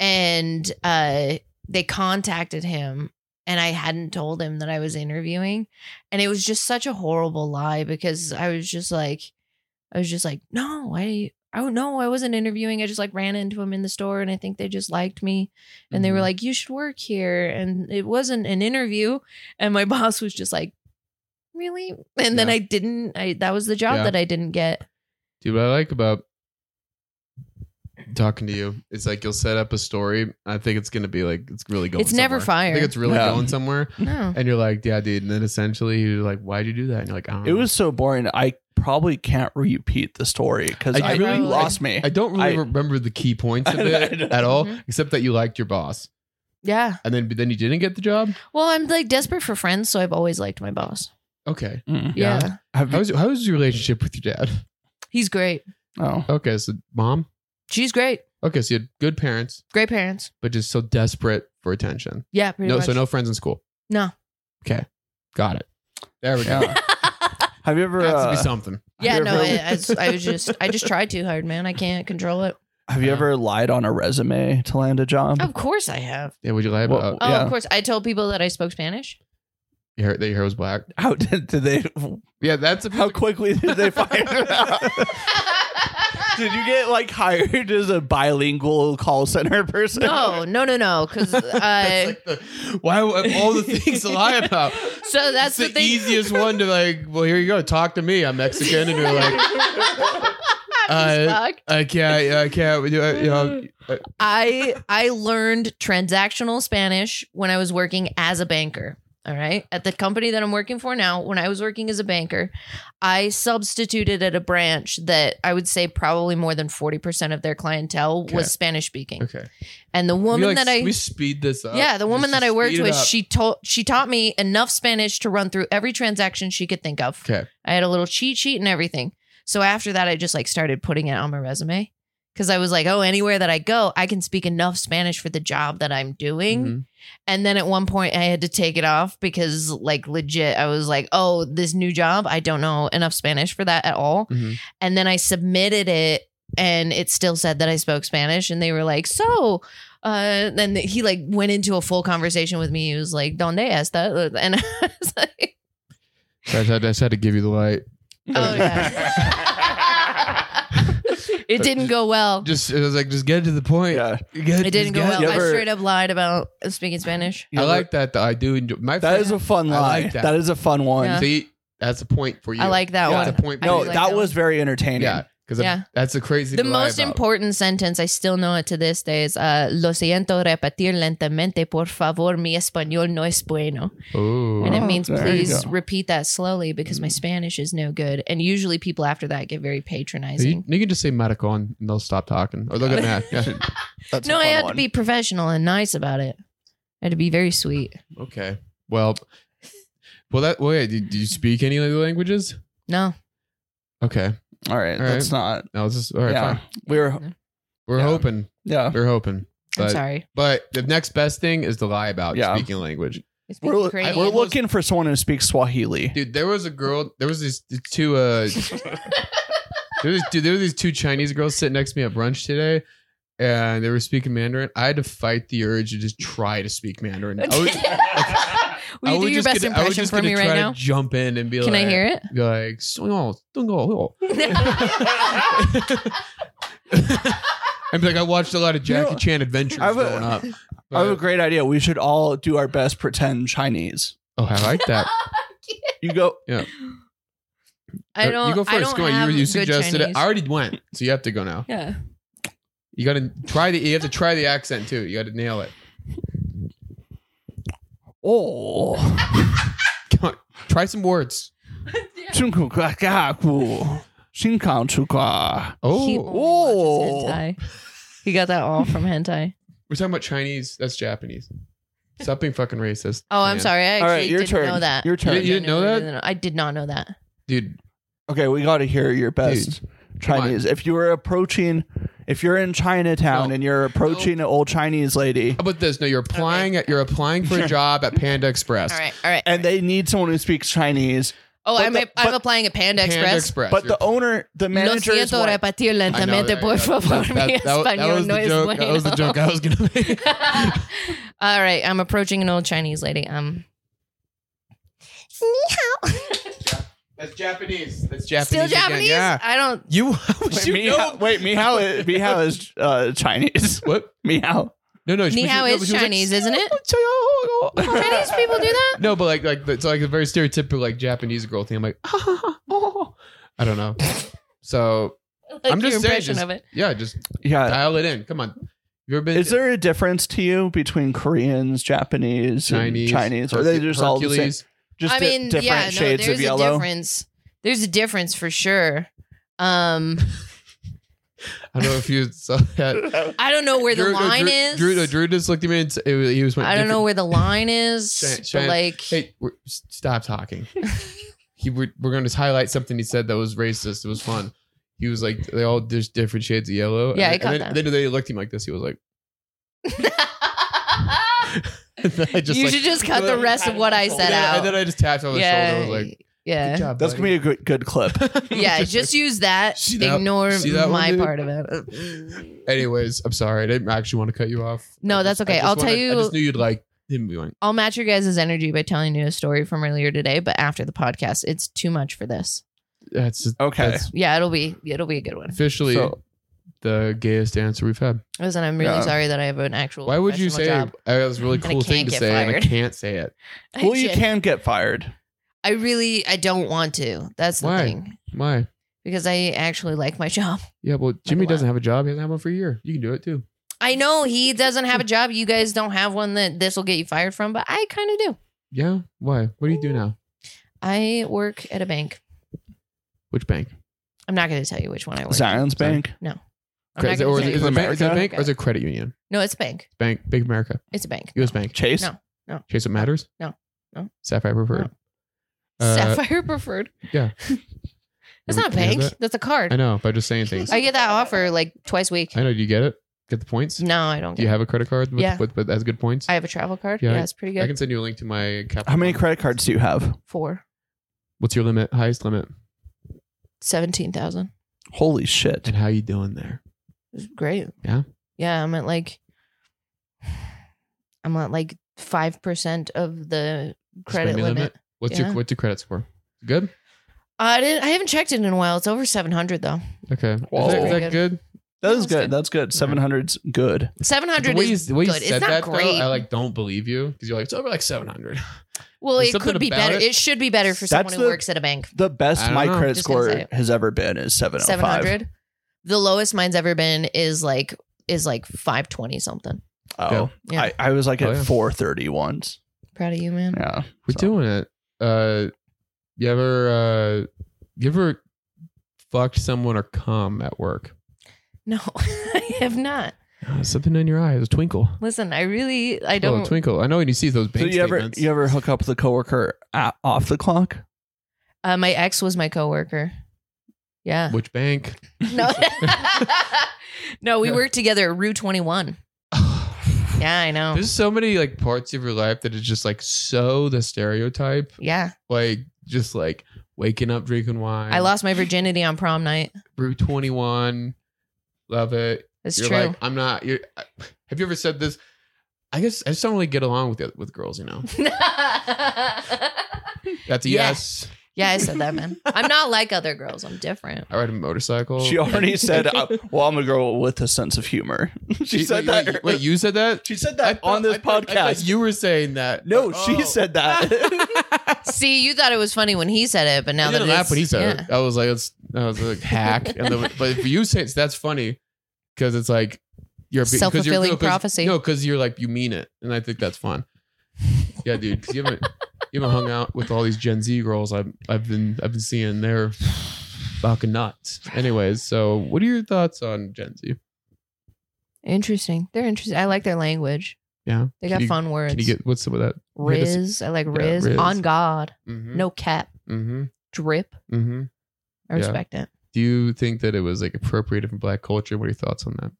S4: and uh, they contacted him, and I hadn't told him that I was interviewing, and it was just such a horrible lie because I was just like, I was just like, no, I. I don't know. I wasn't interviewing. I just like ran into him in the store and I think they just liked me. And they were
S3: Mhm.
S4: like, you should work here. And it wasn't an interview. And my boss was just like, really? And then
S3: Yeah.
S4: I didn't, I, that was the job
S3: Yeah.
S4: that I didn't get.
S3: Dude, what I like about talking to you is like you'll set up a story. I think it's gonna be like it's really going.
S4: It's never
S3: somewhere. I
S4: fire.
S3: think it's really
S2: Yeah.
S3: going somewhere.
S4: No.
S3: And you're like, yeah, dude. And then essentially you're like, why'd you do that? And you're like, I don't
S2: It
S3: know.
S2: was so boring. I probably can't repeat the story because
S3: I-
S2: I,
S3: I
S2: really
S4: really-
S2: lost me.
S3: I don't really
S2: I-
S3: remember the key points of
S2: I don't- I
S3: it
S2: don't-
S3: at all,
S4: Mhm.
S3: except that you liked your boss.
S4: Yeah.
S3: And then but then you didn't get the job.
S4: Well, I'm like desperate for friends, so I've always liked my boss.
S3: Okay.
S2: Mm.
S4: Yeah.
S2: Have
S3: How
S2: you,
S3: was how was your relationship with your dad?
S4: He's great.
S2: oh,
S3: Okay, so mom.
S4: She's great.
S3: Okay, so you had good parents,
S4: Great parents.
S3: but just so desperate for attention.
S4: Yeah, pretty
S3: no,
S4: much.
S3: so no friends in school.
S4: No.
S3: Okay, got it. There we go.
S2: Yeah. have you ever?
S3: Has to
S2: uh,
S3: be something.
S4: yeah,
S2: Have you
S4: no,
S2: ever-
S4: I, I s- I was just, I just tried too hard, man. I can't control it.
S2: Have you
S3: Yeah. Oh,
S2: ever lied on a resume to land a job?
S4: Of course I have.
S3: uh, Yeah, would you lie
S2: Well-
S3: about
S4: Oh,
S2: Yeah.
S4: of course. I told people that I spoke Spanish.
S3: your hair, that your hair was black?
S2: How did, did they?
S3: Yeah, that's a
S2: How quickly did they find it out? Did you get like hired as a bilingual call center person?
S4: No, no, no, no. Because
S3: That's
S4: uh,
S3: like the, why of all the things to lie about?
S4: so that's
S3: It's
S4: the, thing.
S3: easiest one to like. Well, here you go. Talk to me. I'm Mexican, and you're like,
S4: I'm just
S3: uh,
S4: fucked.
S3: I can't, I can't. You know, uh,
S4: I I learned transactional Spanish when I was working as a banker. All right. At the company that I'm working for now, when I was working as a banker, I substituted at a branch that I would say probably more than 40% of their clientele
S3: Okay.
S4: was Spanish speaking.
S3: okay.
S4: And the
S3: We,
S4: woman
S3: like,
S4: that I
S3: we speed this up.
S4: yeah, the woman
S3: Just
S4: that I worked
S3: speed it
S4: with,
S3: up.
S4: she told she taught me enough Spanish to run through every transaction she could think of.
S3: Okay.
S4: I had a little cheat sheet and everything. So after that, I just like started putting it on my resume because I was like, oh, anywhere that I go, I can speak enough Spanish for the job that I'm doing.
S3: Mhm.
S4: And then at one point, I had to take it off because, like, legit, I was like, oh, this new job, I don't know enough Spanish for that at all.
S3: Mhm.
S4: And then I submitted it and it still said that I spoke Spanish. And they were like, so. Uh, then he like went into a full conversation with me. He was like, "Donde esta?" And I was like,
S3: So I, just, I just had to give you the light.
S4: Oh yeah. it didn't go well.
S3: Just it was like, just get to the point.
S2: Yeah.
S3: You get-
S4: It
S3: just
S4: didn't go
S3: get-
S4: well.
S2: you
S4: I
S2: ever-
S4: straight up lied about speaking Spanish.
S3: I like that. Though. I do enjoy my.
S2: That
S3: friend-
S2: is a fun
S3: I
S2: lie.
S3: like that.
S2: that is a fun one.
S4: Yeah.
S3: See, that's a point for you.
S4: I like that
S2: Yeah.
S4: one.
S3: That's a point.
S4: I
S3: For
S2: No,
S4: do
S3: you.
S4: like
S2: that,
S4: that
S2: was very entertaining.
S3: yeah, because
S4: Yeah.
S3: that's a crazy.
S4: the
S3: to lie
S4: most
S3: about.
S4: important sentence I still know it to this day is uh, "Lo siento repetir lentamente, por favor, mi español no es bueno,"
S3: Oh,
S4: and it
S2: Oh,
S4: means
S2: there you
S4: please
S2: go.
S4: repeat that slowly because
S3: Mm.
S4: my Spanish is no good. And usually, people after that get very
S3: you,
S4: patronizing.
S3: you can just say Maricon and they'll stop talking or they'll get mad. Yeah.
S2: That's
S4: no,
S2: a
S4: I
S2: fun
S4: had to
S2: one.
S4: be professional and nice about it. I had to be very sweet.
S3: Okay. Well, well, that. Wait, do, do you speak any of the languages?
S4: No,
S3: Okay.
S2: All right,
S3: All right.
S2: that's not.
S3: No, it's just all right.
S2: yeah,
S3: Fine.
S2: we were.
S3: We're
S2: Yeah.
S3: hoping.
S2: Yeah,
S3: We're hoping.
S4: I'm
S3: But
S4: sorry.
S3: but the next best thing is to lie about
S2: Yeah.
S3: speaking language.
S4: It's
S2: we're,
S4: been
S2: loo-
S4: crazy.
S2: we're looking for someone who speaks Swahili.
S3: Dude, there was a girl. There was these two. Uh, there was, dude, there were these two Chinese girls sitting next to me at brunch today, and they were speaking Mandarin. I had to fight the urge to just try to speak Mandarin. I was,
S4: Will
S3: I
S4: you do
S3: was
S4: your
S3: just
S4: best
S3: gonna- I was
S4: impression
S3: just
S4: for
S3: gonna
S4: me right
S3: try to
S4: now?
S3: Jump in and be
S4: Can
S3: like, Uh,
S4: I hear it?
S3: Be like, "Song oh, song oh, oh." I'd be like, I watched a lot of Jackie
S2: You know,
S3: Chan adventures
S2: I have a-
S3: growing up.
S2: I have a great idea. We should all do our best pretend Chinese.
S3: oh, I like that.
S2: You go.
S4: I don't.
S3: You go first.
S4: I don't
S3: Go on.
S4: Have
S3: You, you
S4: good
S3: suggested it.
S4: Chinese.
S3: I already went, so you have to go now.
S4: yeah.
S3: You gotta try the. You have to try the accent too. You gotta nail it.
S2: Oh,
S3: Come on, try some words.
S2: 辛苦各家苦，辛苦出国。
S3: Oh,
S4: He
S3: we're
S4: only
S2: Oh.
S4: watches hentai. He got that all from hentai.
S3: talking about Chinese. That's Japanese. Stop being fucking racist.
S4: Oh, I'm
S3: man.
S4: sorry. I
S2: All
S4: actually
S2: right, your
S4: didn't
S2: turn.
S4: know that.
S2: Your turn.
S4: I
S3: You didn't know
S4: genuinely
S3: that?
S4: didn't I did not know that.
S3: dude.
S2: Okay, we got to hear your best Chinese. If you were approaching, if you're in Chinatown
S3: No.
S2: and you're approaching an old Chinese lady,
S3: How about this? No, you're applying. At, you're applying for a job at Panda Express.
S4: All right. All right.
S2: and they need someone who speaks Chinese,
S4: oh,
S2: but
S4: I'm,
S2: the-
S4: I'm
S2: but-
S4: applying at Panda,
S3: Panda
S4: Express.
S3: Express.
S2: but
S3: You're-
S2: the owner, the manager
S4: lo
S2: is
S4: siento
S2: white.
S4: repetir
S3: I know,
S4: lentamente,
S3: there
S4: por
S3: you go.
S4: favor, mi español no
S3: the
S4: es
S3: joke. That was the
S4: bueno.
S3: joke I was gonna make.
S4: All right, I'm approaching an old Chinese lady. Um,
S3: That's Japanese. That's Japanese.
S4: still
S3: again.
S4: Japanese?
S3: Yeah.
S4: I don't.
S3: You. How would
S2: Wait,
S3: you
S2: Mihao-
S3: know?
S2: wait, Mihao is, Mihao is uh, Chinese.
S3: What?
S2: Meow.
S3: No, no.
S4: Ni
S3: she-
S4: hao
S3: no,
S4: is
S3: she was like,
S4: Chinese, isn't it? Chinese people do that.
S3: No, but like like it's like a very stereotypical like Japanese girl thing. I'm like, oh, I don't know. So
S4: Like
S3: I'm
S4: your
S3: just saying,
S4: impression
S3: just-
S4: of it.
S3: yeah, just
S2: Yeah.
S3: dial it in. Come on. You ever been?
S2: Is there a difference to you between Koreans, Japanese, Chinese,
S3: Chinese,
S2: Chinese? Or are they
S3: Hercu-
S2: just all the same?
S3: Hercules?
S2: Just
S4: I
S2: di-
S4: mean,
S2: different
S4: yeah,
S2: shades
S4: no, there's
S2: of yellow.
S4: a difference. There's a difference for sure. Um,
S3: I don't know if you saw that.
S4: I don't know where the
S3: Drew- no,
S4: line
S3: Drew,
S4: is.
S3: Drew, no, Drew just looked at me and s- it was, he was. went
S4: I don't know
S3: different-
S4: where the line is.
S3: Shan-
S4: but,
S3: Shan-
S4: like,
S3: Hey, we're, s- stop talking. he we're, we're going to highlight something he said that was racist. It was fun. He was like, they all just different shades of yellow.
S4: Yeah, I
S3: and,
S4: caught
S3: then,
S4: that.
S3: and then they looked at him like this. He was like, I just
S4: you
S3: like-
S4: should just cut the rest of what I said
S3: and then,
S4: out.
S3: And then I just tapped him on the
S4: yeah,
S3: shoulder. I was like,
S4: yeah.
S3: good job.
S2: That's gonna be a good, good clip.
S3: buddy."
S4: yeah, just use that.
S3: See that-
S4: Ignore
S3: see that one,
S4: my
S3: dude?
S4: part of it.
S3: Anyways, I'm sorry. I didn't actually want to cut you off.
S4: No,
S3: I
S4: that's
S3: just-
S4: okay.
S3: I just
S4: I'll tell
S3: wanted- I
S4: you-
S3: just knew you'd like him going.
S4: I'll match your guys' energy by telling you a story from earlier today, but after the podcast, it's too much for this.
S3: That's
S2: Okay.
S3: that's
S4: Yeah, it'll be it'll be a good one.
S3: officially
S2: So-
S3: the gayest answer we've had.
S4: Listen, I'm really
S2: Yeah.
S4: sorry that I have an actual.
S3: Why would you say
S4: professional job.
S3: uh, that was a really
S4: And I
S3: cool thing
S4: can't
S3: to
S4: get
S3: say? And I
S4: fired.
S3: can't say it.
S4: I
S2: well, you
S4: ju-
S2: can get fired.
S4: I really, I don't want to. That's the
S3: Why?
S4: thing
S3: Why?
S4: because I actually like my job.
S3: Yeah, well, Jimmy
S4: what?
S3: doesn't have a job. He hasn't had one for a year. You can do it too.
S4: I know he doesn't have a job. You guys don't have one that this will get you fired from, but I kind of do.
S3: Yeah. Why? What do you do now?
S4: I work at a bank.
S3: Which bank?
S4: I'm not going to tell you which one I work. at.
S2: Zion's
S3: Sorry.
S2: bank.
S4: I'm not
S3: Is it,
S4: gonna
S3: or is
S4: tell
S3: it,
S4: you.
S3: is it a bank, is it a
S2: America?
S3: bank or is it a credit union?
S4: No, it's a bank.
S3: Bank, Bank of America,
S4: It's a bank.
S3: U.S. Bank.
S2: Chase.
S4: No. No.
S3: Chase, what matters?
S4: No. No.
S3: Sapphire preferred. Uh,
S4: Sapphire preferred.
S3: yeah.
S4: That's
S3: You
S4: not a
S3: ever hear
S4: bank.
S3: that?
S4: That's a
S3: I
S4: card.
S3: know, but I'm just saying things.
S4: I get that offer like twice a week.
S3: I know. Do you get it? Get the points?
S4: No, I don't.
S3: Do
S4: Get
S3: you
S4: it.
S3: have a credit card with,
S4: Yeah.
S3: with, with as good points?
S4: I have a travel card.
S3: Yeah,
S4: Yeah,
S3: I-
S4: it's pretty
S3: I
S4: good.
S3: can send you a link to my Capital
S2: How many
S3: One.
S2: credit cards do you have?
S4: Four.
S3: What's your limit? Highest limit.
S4: Seventeen thousand.
S2: Holy shit!
S3: And how you doing there?
S4: It's great.
S3: Yeah?
S4: Yeah, I'm at like I'm at like five percent of the credit
S3: spending
S4: limit.
S3: limit? What's
S4: Yeah.
S3: your what's your credit score? Good.
S4: I didn't I haven't checked it in a while. It's over seven hundred though.
S3: Okay. Is
S2: Whoa.
S3: that, is that good?
S2: That is
S4: That's
S2: good.
S4: good.
S2: That's good. Seven hundred's good.
S4: Seven
S3: The
S4: hundred
S3: way you,
S4: is
S3: the way you
S4: good.
S3: said
S4: It's not
S3: that,
S4: great.
S3: though, I like don't believe you because you're like it's over like seven hundred.
S4: well,
S3: there's
S4: it
S3: something
S4: could be
S3: about
S4: better.
S3: it.
S4: It. should be better for
S2: That's
S4: someone who
S2: the-
S4: works at a bank.
S2: The
S3: I
S2: best
S3: don't
S2: my
S3: know.
S2: credit
S4: Just gonna say
S2: score
S4: it.
S2: has ever been is seven hundred
S4: Seven
S2: five.
S4: hundred. The lowest mine's ever been is like is like five twenty something.
S2: Oh,
S4: Yeah.
S2: I, I was like
S3: Oh,
S2: at
S3: yeah.
S2: four thirty once.
S4: Proud of you, man.
S2: Yeah,
S3: We're
S2: So-
S3: doing it. Uh, you ever uh, you ever fucked someone or cum at work?
S4: No, I have not.
S3: Uh, something in your eye, a twinkle.
S4: Listen, I really I
S3: Oh,
S4: don't.
S3: twinkle. I know when you see those
S2: So
S3: bank
S2: you ever
S3: statements.
S2: you ever hook up with a coworker at, off the clock?
S4: uh, my ex was my coworker. Yeah.
S3: Which bank?
S4: No. no, we worked together at Rue 21. Yeah, I know.
S3: There's so many like parts of your life that is just like so the stereotype,
S4: yeah.
S3: like just like waking up drinking wine.
S4: I lost my virginity on prom night.
S3: Brew 21. Love it.
S4: That's
S3: you're
S4: true.
S3: like I'm not. You're, I- have you ever said this? I guess I just don't really get along with the- with girls. You know, that's a
S4: Yeah.
S3: yes.
S4: yeah, I said that, man. I'm not like other girls. I'm different.
S3: I ride a motorcycle.
S2: She already said, uh, "Well, I'm a girl with a sense of humor." she
S3: Wait,
S2: said
S3: wait,
S2: that.
S3: Wait, you said that?
S2: she said
S3: I
S2: that
S3: thought-
S2: on this
S3: I thought- I thought
S2: podcast.
S3: you were saying that.
S2: no, she
S3: Oh.
S2: said that.
S4: See, you thought it was funny when he said it, but now
S3: I
S4: that
S3: didn't
S4: it's-
S3: laugh when he said
S4: yeah.
S3: it. I was like, it's, I was like, hack. And then, but if you say it's, that's funny because it's like you're because you're-
S4: Self-fulfilling
S3: no, 'cause-
S4: prophecy.
S3: No, because you're like you mean it, and I think that's fun. Yeah, dude, 'cause you haven't you haven't hung out with all these Gen Z girls. I've I've been I've been seeing they're fucking nuts. Anyways, so what are your thoughts on Gen Z?
S4: Interesting. They're interesting. I like their language.
S3: Yeah.
S4: They got
S3: Can you-
S4: fun words.
S3: Can you get what's up with that?
S4: Riz. I like
S3: Yeah,
S4: Riz.
S3: Riz.
S4: On God.
S3: Mm-hmm.
S4: No cap.
S3: Mm-hmm.
S4: Drip.
S3: Mm-hmm.
S4: I
S3: Yeah.
S4: respect it.
S3: Do you think that it was like appropriated from black culture? What are your thoughts on that?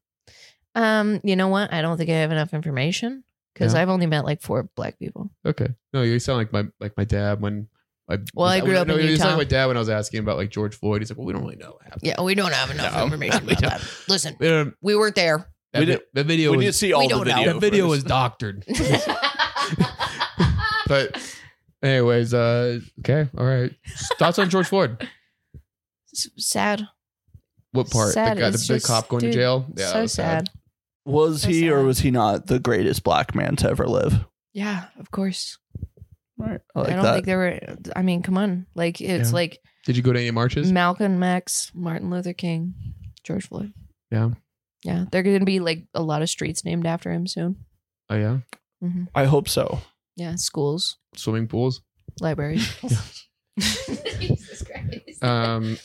S4: Um, you know what? I don't think I have enough information because
S3: Yeah.
S4: I've only met like four black people.
S3: Okay. No, you sound like my like my dad when I
S4: Well, I grew up
S3: no,
S4: in
S3: You sound
S4: Utah.
S3: like my dad when I was asking about like George Floyd. He's like, well, we don't really know what happened.
S4: Yeah, we don't have enough
S3: No.
S4: information
S3: We
S4: about
S3: don't.
S4: that. Listen,
S3: We don't-
S4: we weren't there.
S3: that,
S2: We
S3: vi-
S2: didn't-
S3: that video
S2: we need to
S3: was
S2: see all the
S4: don't know.
S2: video.
S3: that video
S2: for
S3: was
S2: this.
S3: doctored. but anyways, uh, okay, all right. Thoughts on George Floyd?
S4: S- sad.
S3: What part?
S4: Sad,
S3: the guy, the,
S4: it's
S3: big
S4: just-
S3: cop going
S4: dude,
S3: to jail. Yeah, that
S4: so
S3: was
S4: sad.
S2: was
S4: So
S2: he or
S4: sad.
S2: was he not the greatest black man to ever live?
S4: Yeah, of course.
S2: Right. I like
S4: I don't
S2: that.
S4: think there were. I mean, come on. Like it's
S3: Yeah.
S4: like
S3: Did you go to any marches?
S4: Malcolm X, Martin Luther King, George Floyd.
S3: Yeah.
S4: Yeah, they're going to be like a lot of streets named after him soon.
S3: oh yeah,
S4: hmm
S2: I hope so.
S4: Yeah, schools,
S3: swimming pools.
S4: libraries. Jesus Christ.
S3: Um,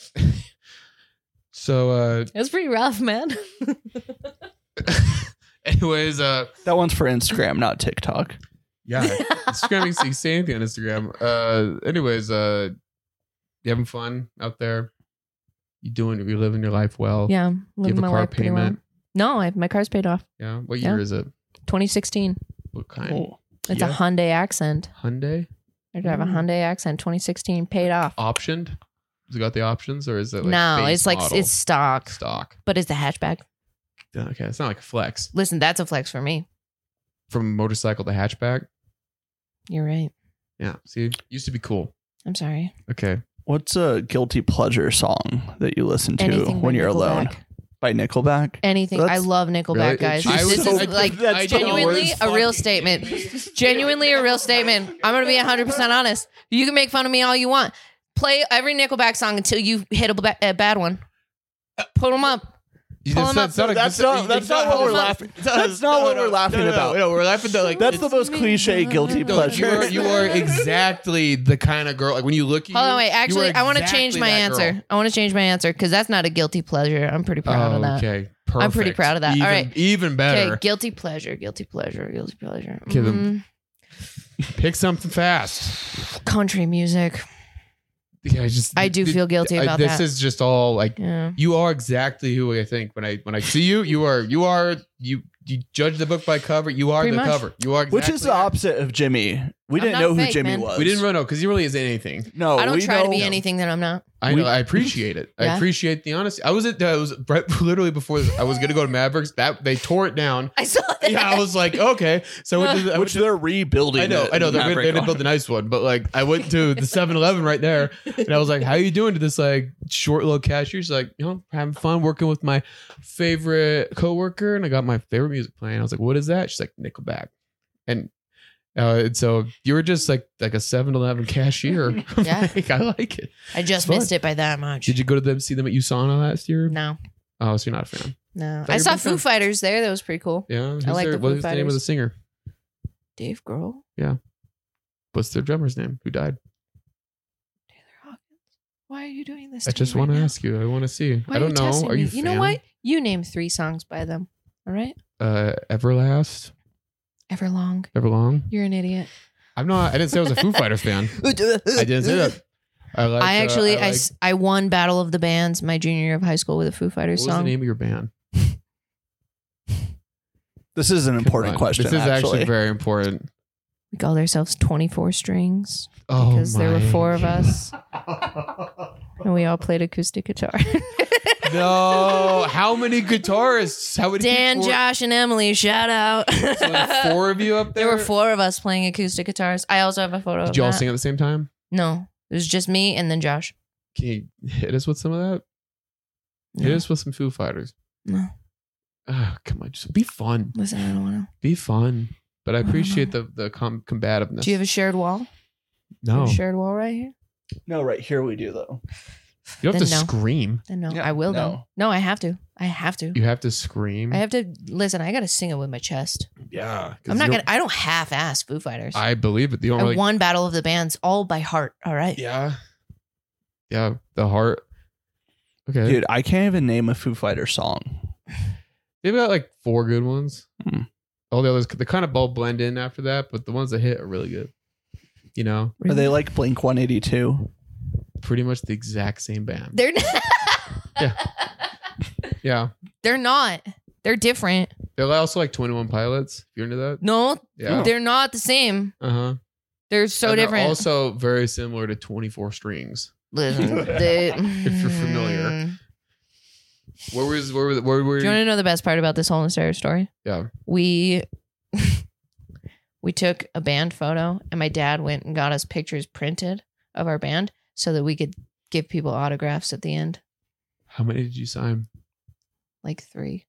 S3: so uh,
S4: it was pretty rough, man.
S3: anyways, uh,
S2: That one's for Instagram, not TikTok.
S3: yeah. Instagram, you can see anything on Instagram. Uh, anyways, uh, you having fun out there? You doing? You living your life well?
S4: yeah, I'm
S3: You
S4: living
S3: have a
S4: my
S3: car
S4: life pretty well.
S3: payment.
S4: No, I, my car's paid off.
S3: Yeah. What
S4: Yeah.
S3: year is it?
S4: 2016.
S3: What kind?
S2: Cool.
S4: It's a
S3: Yeah.
S4: Hyundai Accent.
S3: Hyundai
S4: I drive a
S2: Mm.
S4: Hyundai Accent 2016 paid off.
S3: optioned. Has it got the options or is it? Like
S4: no,
S3: base
S4: it's like
S3: model?
S4: it's stock,
S3: stock.
S4: but it's a hatchback.
S3: Yeah, Okay, it's not like a flex
S4: Listen, that's a flex for me.
S3: from motorcycle to hatchback.
S4: You're right.
S3: Yeah. See, used to be cool.
S4: I'm sorry.
S3: Okay.
S2: What's a guilty pleasure song that you listen to
S4: Anything by
S2: when you're alone?
S4: Nickelback.
S2: By Nickelback.
S4: Anything. I
S2: That's-
S4: love Nickelback,
S3: Really?
S4: guys.
S2: She's
S4: this
S2: so-
S4: is like
S2: that's the
S4: genuinely
S2: worst
S4: a real
S2: fucking-
S4: statement. genuinely a real statement. I'm going to be 100% honest. You can make fun of me all you want. Play every Nickelback song until you hit a, ba- a bad one. Pull them up.
S3: You-
S4: Pull
S3: it's
S4: him
S3: not-
S4: up.
S3: it's not a-
S2: That's
S3: it's
S2: not- that's
S3: it's
S2: not what
S3: how
S2: we're
S3: it's-
S2: laughing- that's not what we're laughing about.
S3: No, we're laughing at like
S2: That's
S3: it's-
S2: the most cliche guilty
S4: No,
S3: No,
S2: pleasure.
S3: you are, you are exactly the kind of girl. Like when you look at
S4: Hold
S3: you,
S4: on, wait.
S3: you are
S4: Actually, I want to
S3: exactly
S4: change my
S3: that girl.
S4: answer. I want to change my answer because that's not a guilty pleasure. I'm pretty proud of that.
S3: Oh, Okay, perfect.
S4: I'm pretty proud of that. All
S3: Even,
S4: right.
S3: even better.
S4: Okay, guilty pleasure, guilty pleasure, guilty pleasure.
S3: Okay, then-
S4: Mm,
S3: Pick something fast.
S4: Mm-hmm. country music.
S3: Yeah, I just
S4: I do
S3: th-
S4: feel guilty
S3: I-
S4: about
S3: this
S4: that.
S3: is just all like
S4: yeah.
S3: you are exactly who I think when I when I see you. You are you are you you judge the book by cover. You are
S4: Pretty
S3: the
S4: much.
S3: cover. You are exactly
S2: Which is the opposite of Jimmy. We
S4: I'm
S2: didn't
S4: not
S2: know who
S4: fake,
S2: Jimmy
S4: man.
S2: was.
S3: We didn't really know because he really is anything.
S2: No,
S4: I don't
S2: we
S4: try to
S2: know-
S4: be anything that I'm not.
S3: I
S2: We-
S3: know. I appreciate it. I
S4: Yeah.
S3: appreciate the honesty. I was at I was right, literally before I was gonna go to Mavericks. That they tore it down.
S4: I saw that.
S3: Yeah, I was like, okay. So I went to the- I went
S2: Which
S3: to
S2: they're rebuilding.
S3: I know,
S2: it
S3: I know.
S2: in
S3: They're, gonna-
S2: Maverick
S3: they're gonna
S2: Arm.
S3: build a nice one, but like, I went to the 7-Eleven right there, and I was like, "How you doing?" To this like short little cashier, she's like, "You know, having fun working with my favorite coworker," and I got my favorite music playing. I was like, "What is that?" She's like, "Nickelback," and uh, and so you were just like like a 7-Eleven cashier.
S4: Yeah.
S3: Like, I like it.
S4: I just
S3: Fun.
S4: missed it by that much.
S3: Did you go to them see them at USANA last year?
S4: no,
S3: Oh, so you're not a fan.
S4: no.
S3: Thought
S4: I
S3: you
S4: saw
S3: were
S4: Foo
S3: from-
S4: Fighters there. That was pretty cool.
S3: Yeah, who's
S4: like
S3: their-
S4: the Foo
S3: what's the name of
S4: Fighters.
S3: the singer?
S4: Dave Grohl,
S3: What's their drummer's name? Who died?
S4: Taylor Hawkins. Why are you doing this?
S3: I just
S4: want
S3: want to ask you. I want to see.
S4: Why
S3: I
S4: are
S3: don't
S4: you
S3: know.
S4: testing
S3: Are
S4: me?
S3: you?
S4: You know
S3: fan?
S4: what? You name three songs by them. All right.
S3: uh Everlast,
S4: Everlong.
S3: Everlong.
S4: You're an idiot.
S3: I'm not I didn't say I was a Foo Fighters fan. I didn't say that. I like.
S4: I
S3: uh,
S4: actually, I,
S3: like-
S4: s- I won Battle of the Bands my junior year of high school with a Foo
S3: what
S4: Fighters
S3: was the
S4: song.
S3: name of your band?
S2: This is an important
S3: Come on.
S2: question.
S3: This is
S2: actually.
S3: actually very important.
S4: We called ourselves 24 Strings
S3: Oh,
S4: because there were
S3: my
S4: four of us and we all played acoustic guitar.
S3: No, how many guitarists? How many?
S4: Dan,
S3: people were-
S4: Josh, and Emily, shout out.
S3: So there's four of you up there.
S4: There were four of us playing acoustic guitars. I also have a photo of
S3: Did y'all
S4: that.
S3: sing at the same time?
S4: No, it was just me and then Josh.
S3: Can you hit us with some of that?
S4: No.
S3: Hit us with some Foo Fighters.
S4: No.
S3: Oh, come on, just be fun.
S4: Listen, I don't want to.
S3: Be fun. But I appreciate the the com- combativeness.
S4: Do you have a shared wall?
S3: no?
S4: A
S3: You
S4: shared wall right here?
S2: No, right here we do though.
S3: don't have to
S4: Then no.
S3: scream.
S4: Then no,
S2: Yeah,
S4: I will
S2: no.
S4: though. No, I have to. I have to.
S3: You have to scream.
S4: I have to listen. I got to sing it with my chest.
S3: yeah, 'cause
S4: I'm not
S3: you
S4: gonna.
S3: don't-
S4: I don't half-ass Foo Fighters. I,
S3: I believe it. You don't really.
S4: won Battle of the Bands all by heart. All right.
S3: yeah. Yeah, the heart. Okay.
S2: Dude, I can't even name a Foo Fighter song.
S3: They've got like four good ones.
S2: Hmm.
S3: All the others, they kind of all blend in after that, but the ones that hit are really good. You know,
S2: Are they like Blink 182?
S3: pretty much the exact same band.
S4: They're.
S3: Yeah. yeah.
S4: They're not. They're different.
S3: They're also like 21 Pilots, if you're into that.
S4: No,
S3: Yeah.
S4: they're not the same.
S3: Uh huh.
S4: They're Mm-hmm. so different.
S3: also very similar to 24 Strings.
S4: Listen, they-
S3: If you're familiar.
S4: Mm.
S3: Where was, where were, where were
S4: Do you want to know the best part about this whole entire story?
S3: Yeah.
S4: We we took a band photo, and my dad went and got us pictures printed of our band so that we could give people autographs at the end,
S3: How many did you sign?
S4: like three.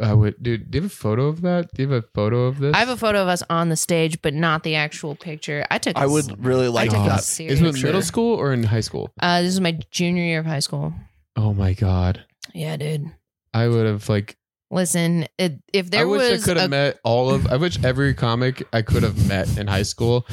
S3: I would, dude, do you have a photo of that? Do you have a photo of this?
S4: I have a photo of us on the stage, but not the actual picture. I took.
S2: I
S4: this-
S2: would really like
S4: I took
S3: Oh,
S4: a
S2: that.
S4: serious.
S3: Is it in
S2: picture.
S3: middle school or in high school?
S4: Uh, this is my junior year of high school.
S3: Oh my God.
S4: Yeah, dude.
S3: I would have like
S4: Listen, it, if there
S3: I wish
S4: was
S3: I could have
S4: a-
S3: met all of. I wish every comic I could have met in high school,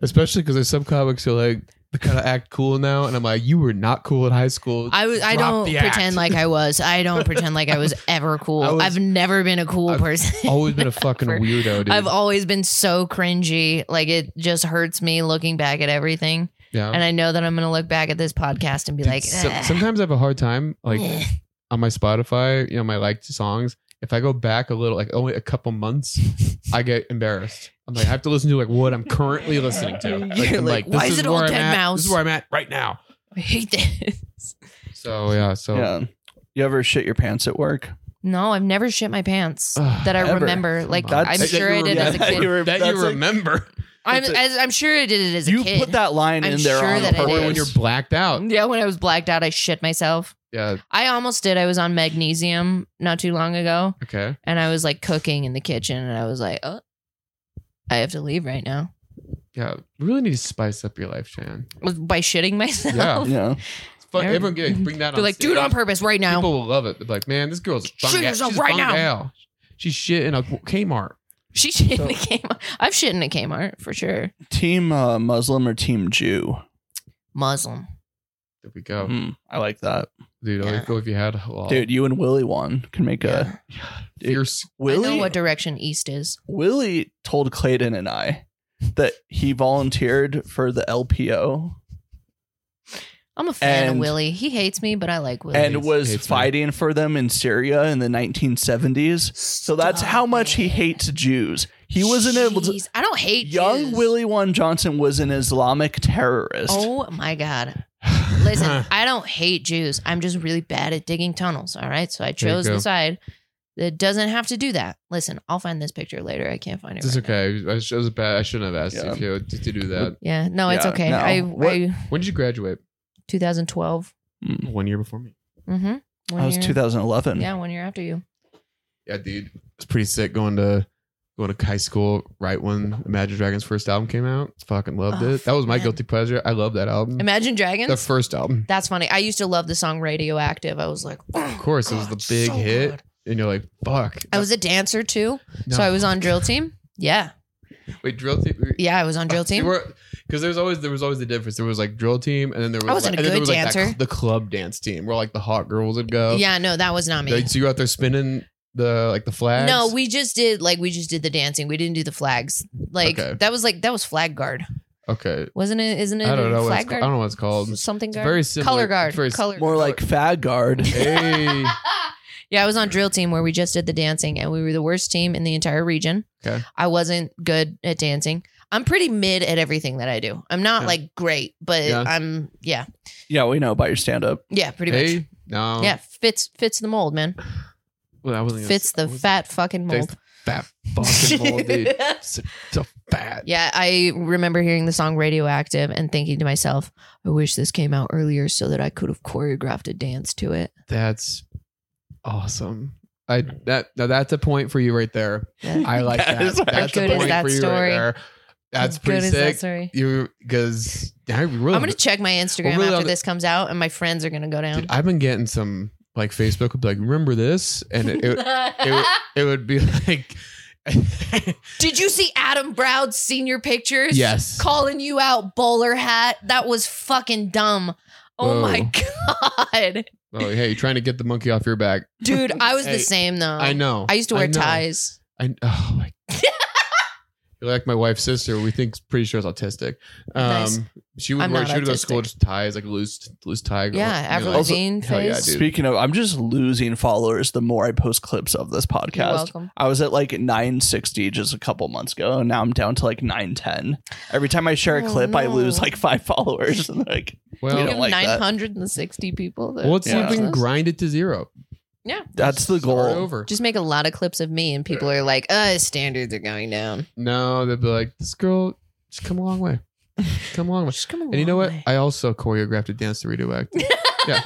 S3: especially because there's some comics who are like they kind of act cool now, and I'm like, you were not cool in high school.
S4: I was. I
S3: Drop
S4: don't
S3: the act.
S4: pretend like I was. I don't pretend like I was ever cool.
S3: I was-
S4: I've never been a cool
S3: I've
S4: person.
S3: always been a fucking
S4: Ever.
S3: weirdo, dude.
S4: I've always been so cringy. Like it just hurts me looking back at everything.
S3: yeah.
S4: And I know that I'm gonna look back at this podcast and be
S3: Uh-huh. Dude,
S4: like,
S3: so-
S4: "Ugh."
S3: sometimes I have a hard time like on my Spotify, you know, my liked songs. If I go back a little, like only a couple months, I get embarrassed. I'm like, I have to listen to like what I'm currently listening to.
S4: You're
S3: I'm
S4: like, why is it all
S3: where I'm
S4: Dead
S3: at.
S4: Mouse?
S3: This is where I'm at right now.
S4: I hate this.
S3: So yeah, so
S2: Yeah. You ever shit your pants at work?
S4: No, I've never shit my pants
S3: Ugh,
S4: that I
S2: ever.
S4: remember. Like
S2: That's-
S4: I'm
S2: That
S4: sure
S3: you
S4: I did as a
S2: remember.
S4: kid.
S2: were-
S3: that
S2: that's
S3: you
S2: a-
S3: remember.
S4: I'm,
S2: That's a-
S4: as, I'm sure I did it as a
S2: You
S4: kid.
S2: put that line
S4: I'm
S2: in there
S4: sure
S2: on
S4: that Mm. I
S3: Or
S4: did.
S3: when
S2: purpose.
S3: you're blacked out.
S4: yeah, when I was blacked out, I shit myself.
S3: Yeah.
S4: I almost did. I was on magnesium not too long ago,
S3: Okay.
S4: and I was like cooking in the kitchen, and I was like, oh, I have to leave right now
S3: Yeah. We really need to spice up your life, Shan.
S4: by shitting myself.
S2: yeah.
S3: It's fun.
S4: Yeah.
S3: Everyone get, bring that
S4: Be
S3: on.
S4: like,
S3: stage.
S4: do it on purpose right now.
S3: People will love it. They're like, man, this girl's a fun
S4: Shoot
S3: gal.
S4: yourself
S3: She's a
S4: right
S3: fun
S4: now."
S3: gal. She's shit in a Kmart.
S4: she shit in a Kmart. I've shit in a Kmart for sure.
S2: Team uh, Muslim or Team Jew?
S4: Muslim.
S3: There we go.
S2: Mm, I like that.
S3: Dude, I
S4: Yeah.
S3: feel if you had Oh. well,
S2: Dude, you and Willie won. Can make a. dude.
S3: fierce.
S4: I know
S2: Willie,
S4: what direction east is.
S2: Willie told Clayton and I that he volunteered for the LPO
S4: I'm a fan of
S2: And-
S4: Willie. He hates me, but I like Willie.
S2: and
S3: hates-
S2: was
S3: hates me.
S2: fighting for them in Syria in the 1970s. So that's
S4: Stop
S2: how much he
S4: it.
S2: hates Jews. He wasn't able to.
S4: Jeez, I don't hate
S2: Young
S4: Jews.
S2: Willie Juan Johnson was an Islamic terrorist.
S4: Oh my god. Listen, I don't hate Jews. I'm just really bad at digging tunnels. All right. So I
S3: you
S4: chose
S3: go.
S4: the side that doesn't have to do that. Listen, I'll find this picture later. I can't find it.
S3: This is
S4: right now.
S3: okay. I, sh- it was bad. I shouldn't have asked
S2: Yeah.
S3: you if you had to, to do that.
S4: Yeah. No, it's
S2: Yeah,
S4: okay.
S2: no.
S4: I,
S2: What-
S4: I
S3: When did you graduate?
S4: 2012.
S3: One year before me.
S4: Mm-hmm.
S2: Hmm.
S3: Oh,
S2: that was 2011.
S4: Yeah, one year after you.
S3: Yeah, dude. It's pretty sick going to going to high school right when Imagine Dragons first album came out. Fucking loved
S4: Oh,
S3: it. That was my
S4: man.
S3: guilty pleasure. I loved that album.
S4: Imagine Dragons.
S3: The first album.
S4: That's funny. I used to love the song Radioactive. I was like,
S3: Of course, it was the big hit. And you're like, fuck.
S4: I was a dancer too.
S3: No.
S4: So I was on drill team. Yeah.
S3: Wait, drill team.
S4: Yeah, I was on drill team.
S3: Because there's always there was always the difference. There was like drill team, and then there was
S4: I wasn't
S3: like, and
S4: a
S3: then there
S4: good
S3: was, like, that
S4: dancer.
S3: cl- the club dance team, where like the hot girls would go.
S4: Yeah, no, that was not me.
S3: Like, so you're out there spinning the like the flags.
S4: No, we just did like we just did the dancing. We didn't do the flags. Like
S3: Okay.
S4: that was like that was flag guard.
S3: Okay.
S4: Wasn't it? Isn't it?
S3: I don't know. What
S4: Flag
S3: it's, ca- I
S4: guard?
S3: don't know what it's called. It's
S4: Something guard.
S3: very similar.
S4: color guard.
S3: It's very
S4: color.
S2: More like fag guard.
S3: Hey.
S4: yeah, I was on drill team where we just did the dancing and we were the worst team in the entire region.
S3: Okay.
S4: I wasn't good at dancing. I'm pretty mid at everything that I do. I'm not
S3: Yeah.
S4: like great, but
S3: Yeah.
S4: I'm yeah.
S2: yeah, we know about your stand up.
S4: Yeah, pretty much.
S3: hey. um, No.
S4: Yeah, fits fits the mold, man.
S3: Well, I wasn't gonna
S4: Fits
S3: say- I
S4: the
S3: wasn't-
S4: fat fucking
S3: Thanks.
S4: mold.
S3: Fat fucking mold, dude. It's so fat.
S4: Yeah, I remember hearing the song Radioactive and thinking to myself, I wish this came out earlier so that I could have choreographed a dance to it.
S3: That's awesome. I that now that's a point for you right there.
S4: Yeah.
S3: I like
S2: That
S3: that.
S2: is-
S3: that's
S4: Good
S3: a
S4: is
S3: point
S4: that
S3: for you right
S4: story.
S3: there. That's
S4: Good
S3: pretty
S4: as that
S3: sick.
S4: story.
S3: you because I really Oh,
S4: I'm gonna check my Instagram
S3: really on
S4: after
S3: the-
S4: this comes out, and my friends are gonna go down.
S3: dude, I've been getting some like Facebook would be like, remember this? And it it, it, it would be like
S4: Did you see Adam Browd's senior pictures?
S3: Yes.
S4: Calling you out, bowler hat. That was fucking dumb. Oh
S3: Whoa.
S4: my god.
S3: Oh, hey, you're trying to get the monkey off your back.
S4: Dude, I was
S3: Hey,
S4: the same though.
S3: I know.
S4: Oh, I used to wear
S3: know.
S4: ties.
S3: I oh my You're like my wife's sister. We think pretty sure is autistic. Um,
S4: Nice.
S3: she would
S4: I'm
S3: wear,
S4: not
S3: she would go to
S4: autistic.
S3: school with just ties, like loose loose tie.
S4: Yeah,
S3: You're
S4: Avril
S3: like,
S4: Lavigne
S3: hell yeah,
S4: face.
S3: dude.
S2: Speaking of, I'm just losing followers the more I post clips of this
S4: You're
S2: podcast.
S4: welcome.
S2: I was at like 960 just a couple months ago, and now I'm down to like 910. Every time I share a
S4: Oh,
S2: clip, I
S4: no.
S2: love like five followers. And like,
S3: well,
S2: You don't
S4: We have
S2: like that.
S4: 960 people. that
S3: well, let's see if
S4: watch
S3: we can
S4: this.
S3: grind it to zero.
S4: Yeah.
S2: that's the
S3: Start
S2: goal.
S3: over.
S4: Just make a lot of clips of me, and people are like, uh, standards are going down.
S3: No, they'd be like, this girl, she's come a long way. Come a long way.
S4: Just come
S3: And you know what? I also choreographed a dance to Radioactive. yeah.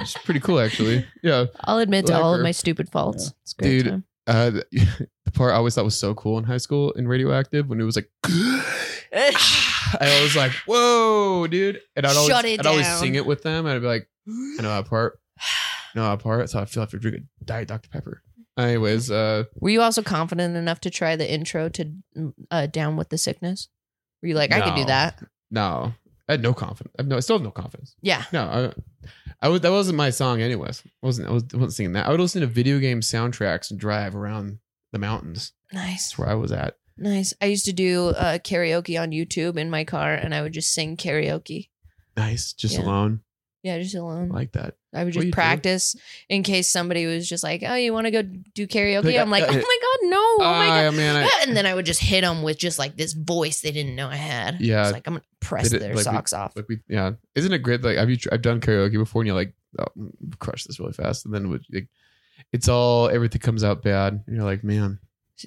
S3: It's pretty cool, actually. Yeah.
S4: I'll admit to
S3: Like
S4: all of
S3: her.
S4: my stupid faults. It's a great.
S3: Dude,
S4: time.
S3: Uh, the, the part I always thought was so cool in high school in Radioactive when it was like, I was like, whoa, dude. And I'd always,
S4: Shut it
S3: I'd always
S4: down.
S3: sing it with them. And I'd be like, I know that part. I know that part. So I feel like I have to drink a Diet Dr. Pepper. Anyways, uh,
S4: Were you also confident enough to try the intro to uh, "Down with the Sickness"? Were you like, I could do
S3: No.
S4: that?
S3: no, I had no confidence. I, have no, I still have no confidence.
S4: Yeah.
S3: No, I, I was, that wasn't my song, anyways. I wasn't I, was, I wasn't singing that. I would listen to video game soundtracks and drive around the mountains.
S4: Nice,
S3: That's where I was at.
S4: nice. I used to do uh, karaoke on YouTube in my car, and I would just sing karaoke.
S3: Nice, just
S4: Yeah.
S3: alone
S4: Yeah, just alone.
S3: I like that.
S4: I
S3: what do
S4: would just
S3: you do?
S4: practice in case somebody was just like, "Oh, you want to go do karaoke?"
S3: Like,
S4: I'm like,
S3: uh,
S4: "Oh my god, no! Oh my god!"
S3: I, Ah, man, I,
S4: and then I would just hit them with just like this voice they didn't know I had.
S3: Yeah.
S4: it's like I'm gonna press
S3: Did it-
S4: their
S3: like, we-
S4: socks off.
S3: like we, yeah. Isn't it great? Like, have you? tr- I've done karaoke before, and you're like, oh, crush this really fast, and then would like, it's all everything comes out bad, and you're like, man,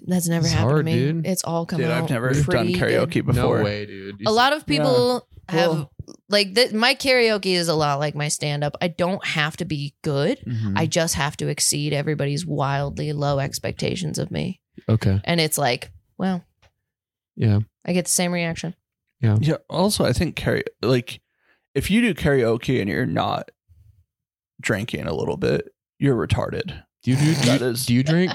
S4: That's never
S3: It's
S4: happened
S3: hard,
S4: to me.
S3: dude.
S4: It's all coming
S2: Dude,
S4: out.
S2: I've never done
S4: pretty good.
S2: karaoke before.
S3: no way, dude. You
S4: a
S3: s-
S4: lot of people have
S2: Cool.
S4: like th- my karaoke is a lot like my stand up. I don't have to be good.
S3: Mhm.
S4: I just have to exceed everybody's wildly low expectations of me.
S3: okay,
S4: And it's like, well,
S3: yeah,
S4: I get the same reaction.
S2: Yeah. Also, I think karaoke, like, if you do karaoke and you're not drinking a little bit, you're retarded.
S3: do you do? Do
S2: That
S3: you,
S2: is-
S3: do you drink?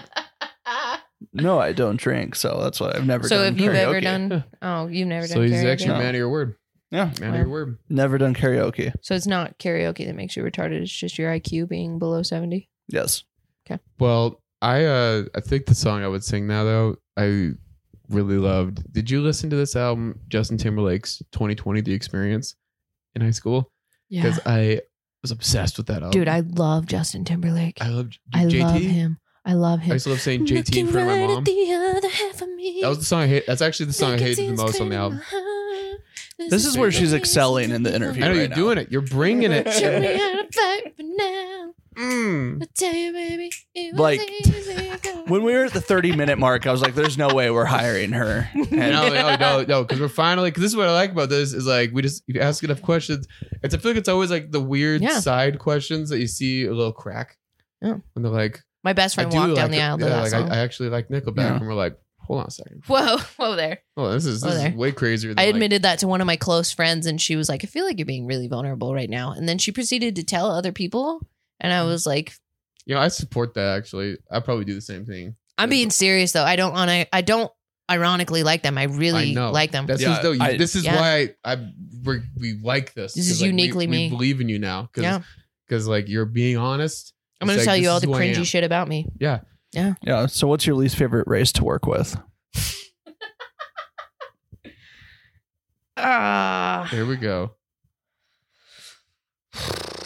S2: No, I don't drink, so that's why I've never.
S4: so
S2: done
S4: if you've ever
S2: karaoke.
S4: done oh, you've never
S3: so
S4: done
S3: he's
S4: karaoke.
S3: actually
S2: No.
S3: a man of your word.
S2: yeah,
S3: Man of your word.
S2: never done karaoke.
S4: so it's not karaoke that makes you retarded, it's just your IQ being below 70.
S2: Yes,
S3: Well, I uh I think the song I would sing now though, I really loved. Did you listen to this album, Justin Timberlake's 2020 The Experience in high school?
S4: Yeah.
S3: Because I was obsessed with that album.
S4: Dude, I love Justin Timberlake.
S3: I
S4: I,
S3: love J- JT.
S4: love him. I love
S3: I
S4: him.
S3: used to love saying JT in front of my mom. That was the song I hate. That's actually the song I hated the most on the album.
S2: This is where she's excelling in the
S3: I
S2: interview.
S3: know
S2: right
S3: you're
S2: now.
S3: doing it. You're bringing it.
S4: Show me how to fight for now.
S3: Mm.
S4: I tell you, baby, it was
S2: Like,
S4: easy going.
S2: when we were at the 30 minute mark, I was like, "There's no way we're hiring her." And
S3: no, no, no, no, because we're finally. Because this is what I like about this is like we just you ask enough questions. It's I feel like it's always like the weird
S4: Yeah.
S3: side questions that you see a little crack,
S4: Yeah.
S3: and they're like,
S4: my best friend
S3: I do
S4: walked
S3: like
S4: down the
S3: it.
S4: aisle to
S3: Yeah,
S4: that
S3: like,
S4: song.
S3: I, I actually like Nickelback,
S2: Yeah.
S3: and we're like, hold on a second.
S4: whoa, whoa there.
S3: Oh, this is
S4: Oh,
S3: this
S4: there.
S3: is way crazier. Than
S4: I
S3: like-
S4: admitted that to one of my close friends, and she was like, I feel like you're being really vulnerable right now. And then she proceeded to tell other people. And
S3: Mm.
S4: I was like,
S3: you know, I support that actually. I probably do the same thing.
S4: I'm being serious though. I don't want to, I don't ironically like them. I really
S3: I know.
S4: like them.
S3: That's
S2: Yeah,
S3: just, no, you-
S2: I-
S3: this is
S4: Yeah.
S3: why I, I we're, we like this.
S4: This
S3: 'Cause,
S4: is
S3: like, we-
S4: uniquely
S3: we,
S4: me.
S3: believe in you now because
S4: Yeah.
S3: like you're being honest.
S4: I'm going
S3: It's
S4: to
S3: like,
S4: tell
S3: this
S4: you all
S3: is
S4: the
S3: who I
S4: cringy
S3: am.
S4: shit about me.
S2: yeah. So, what's your least favorite race to work with?
S4: Ah.
S3: Here we go.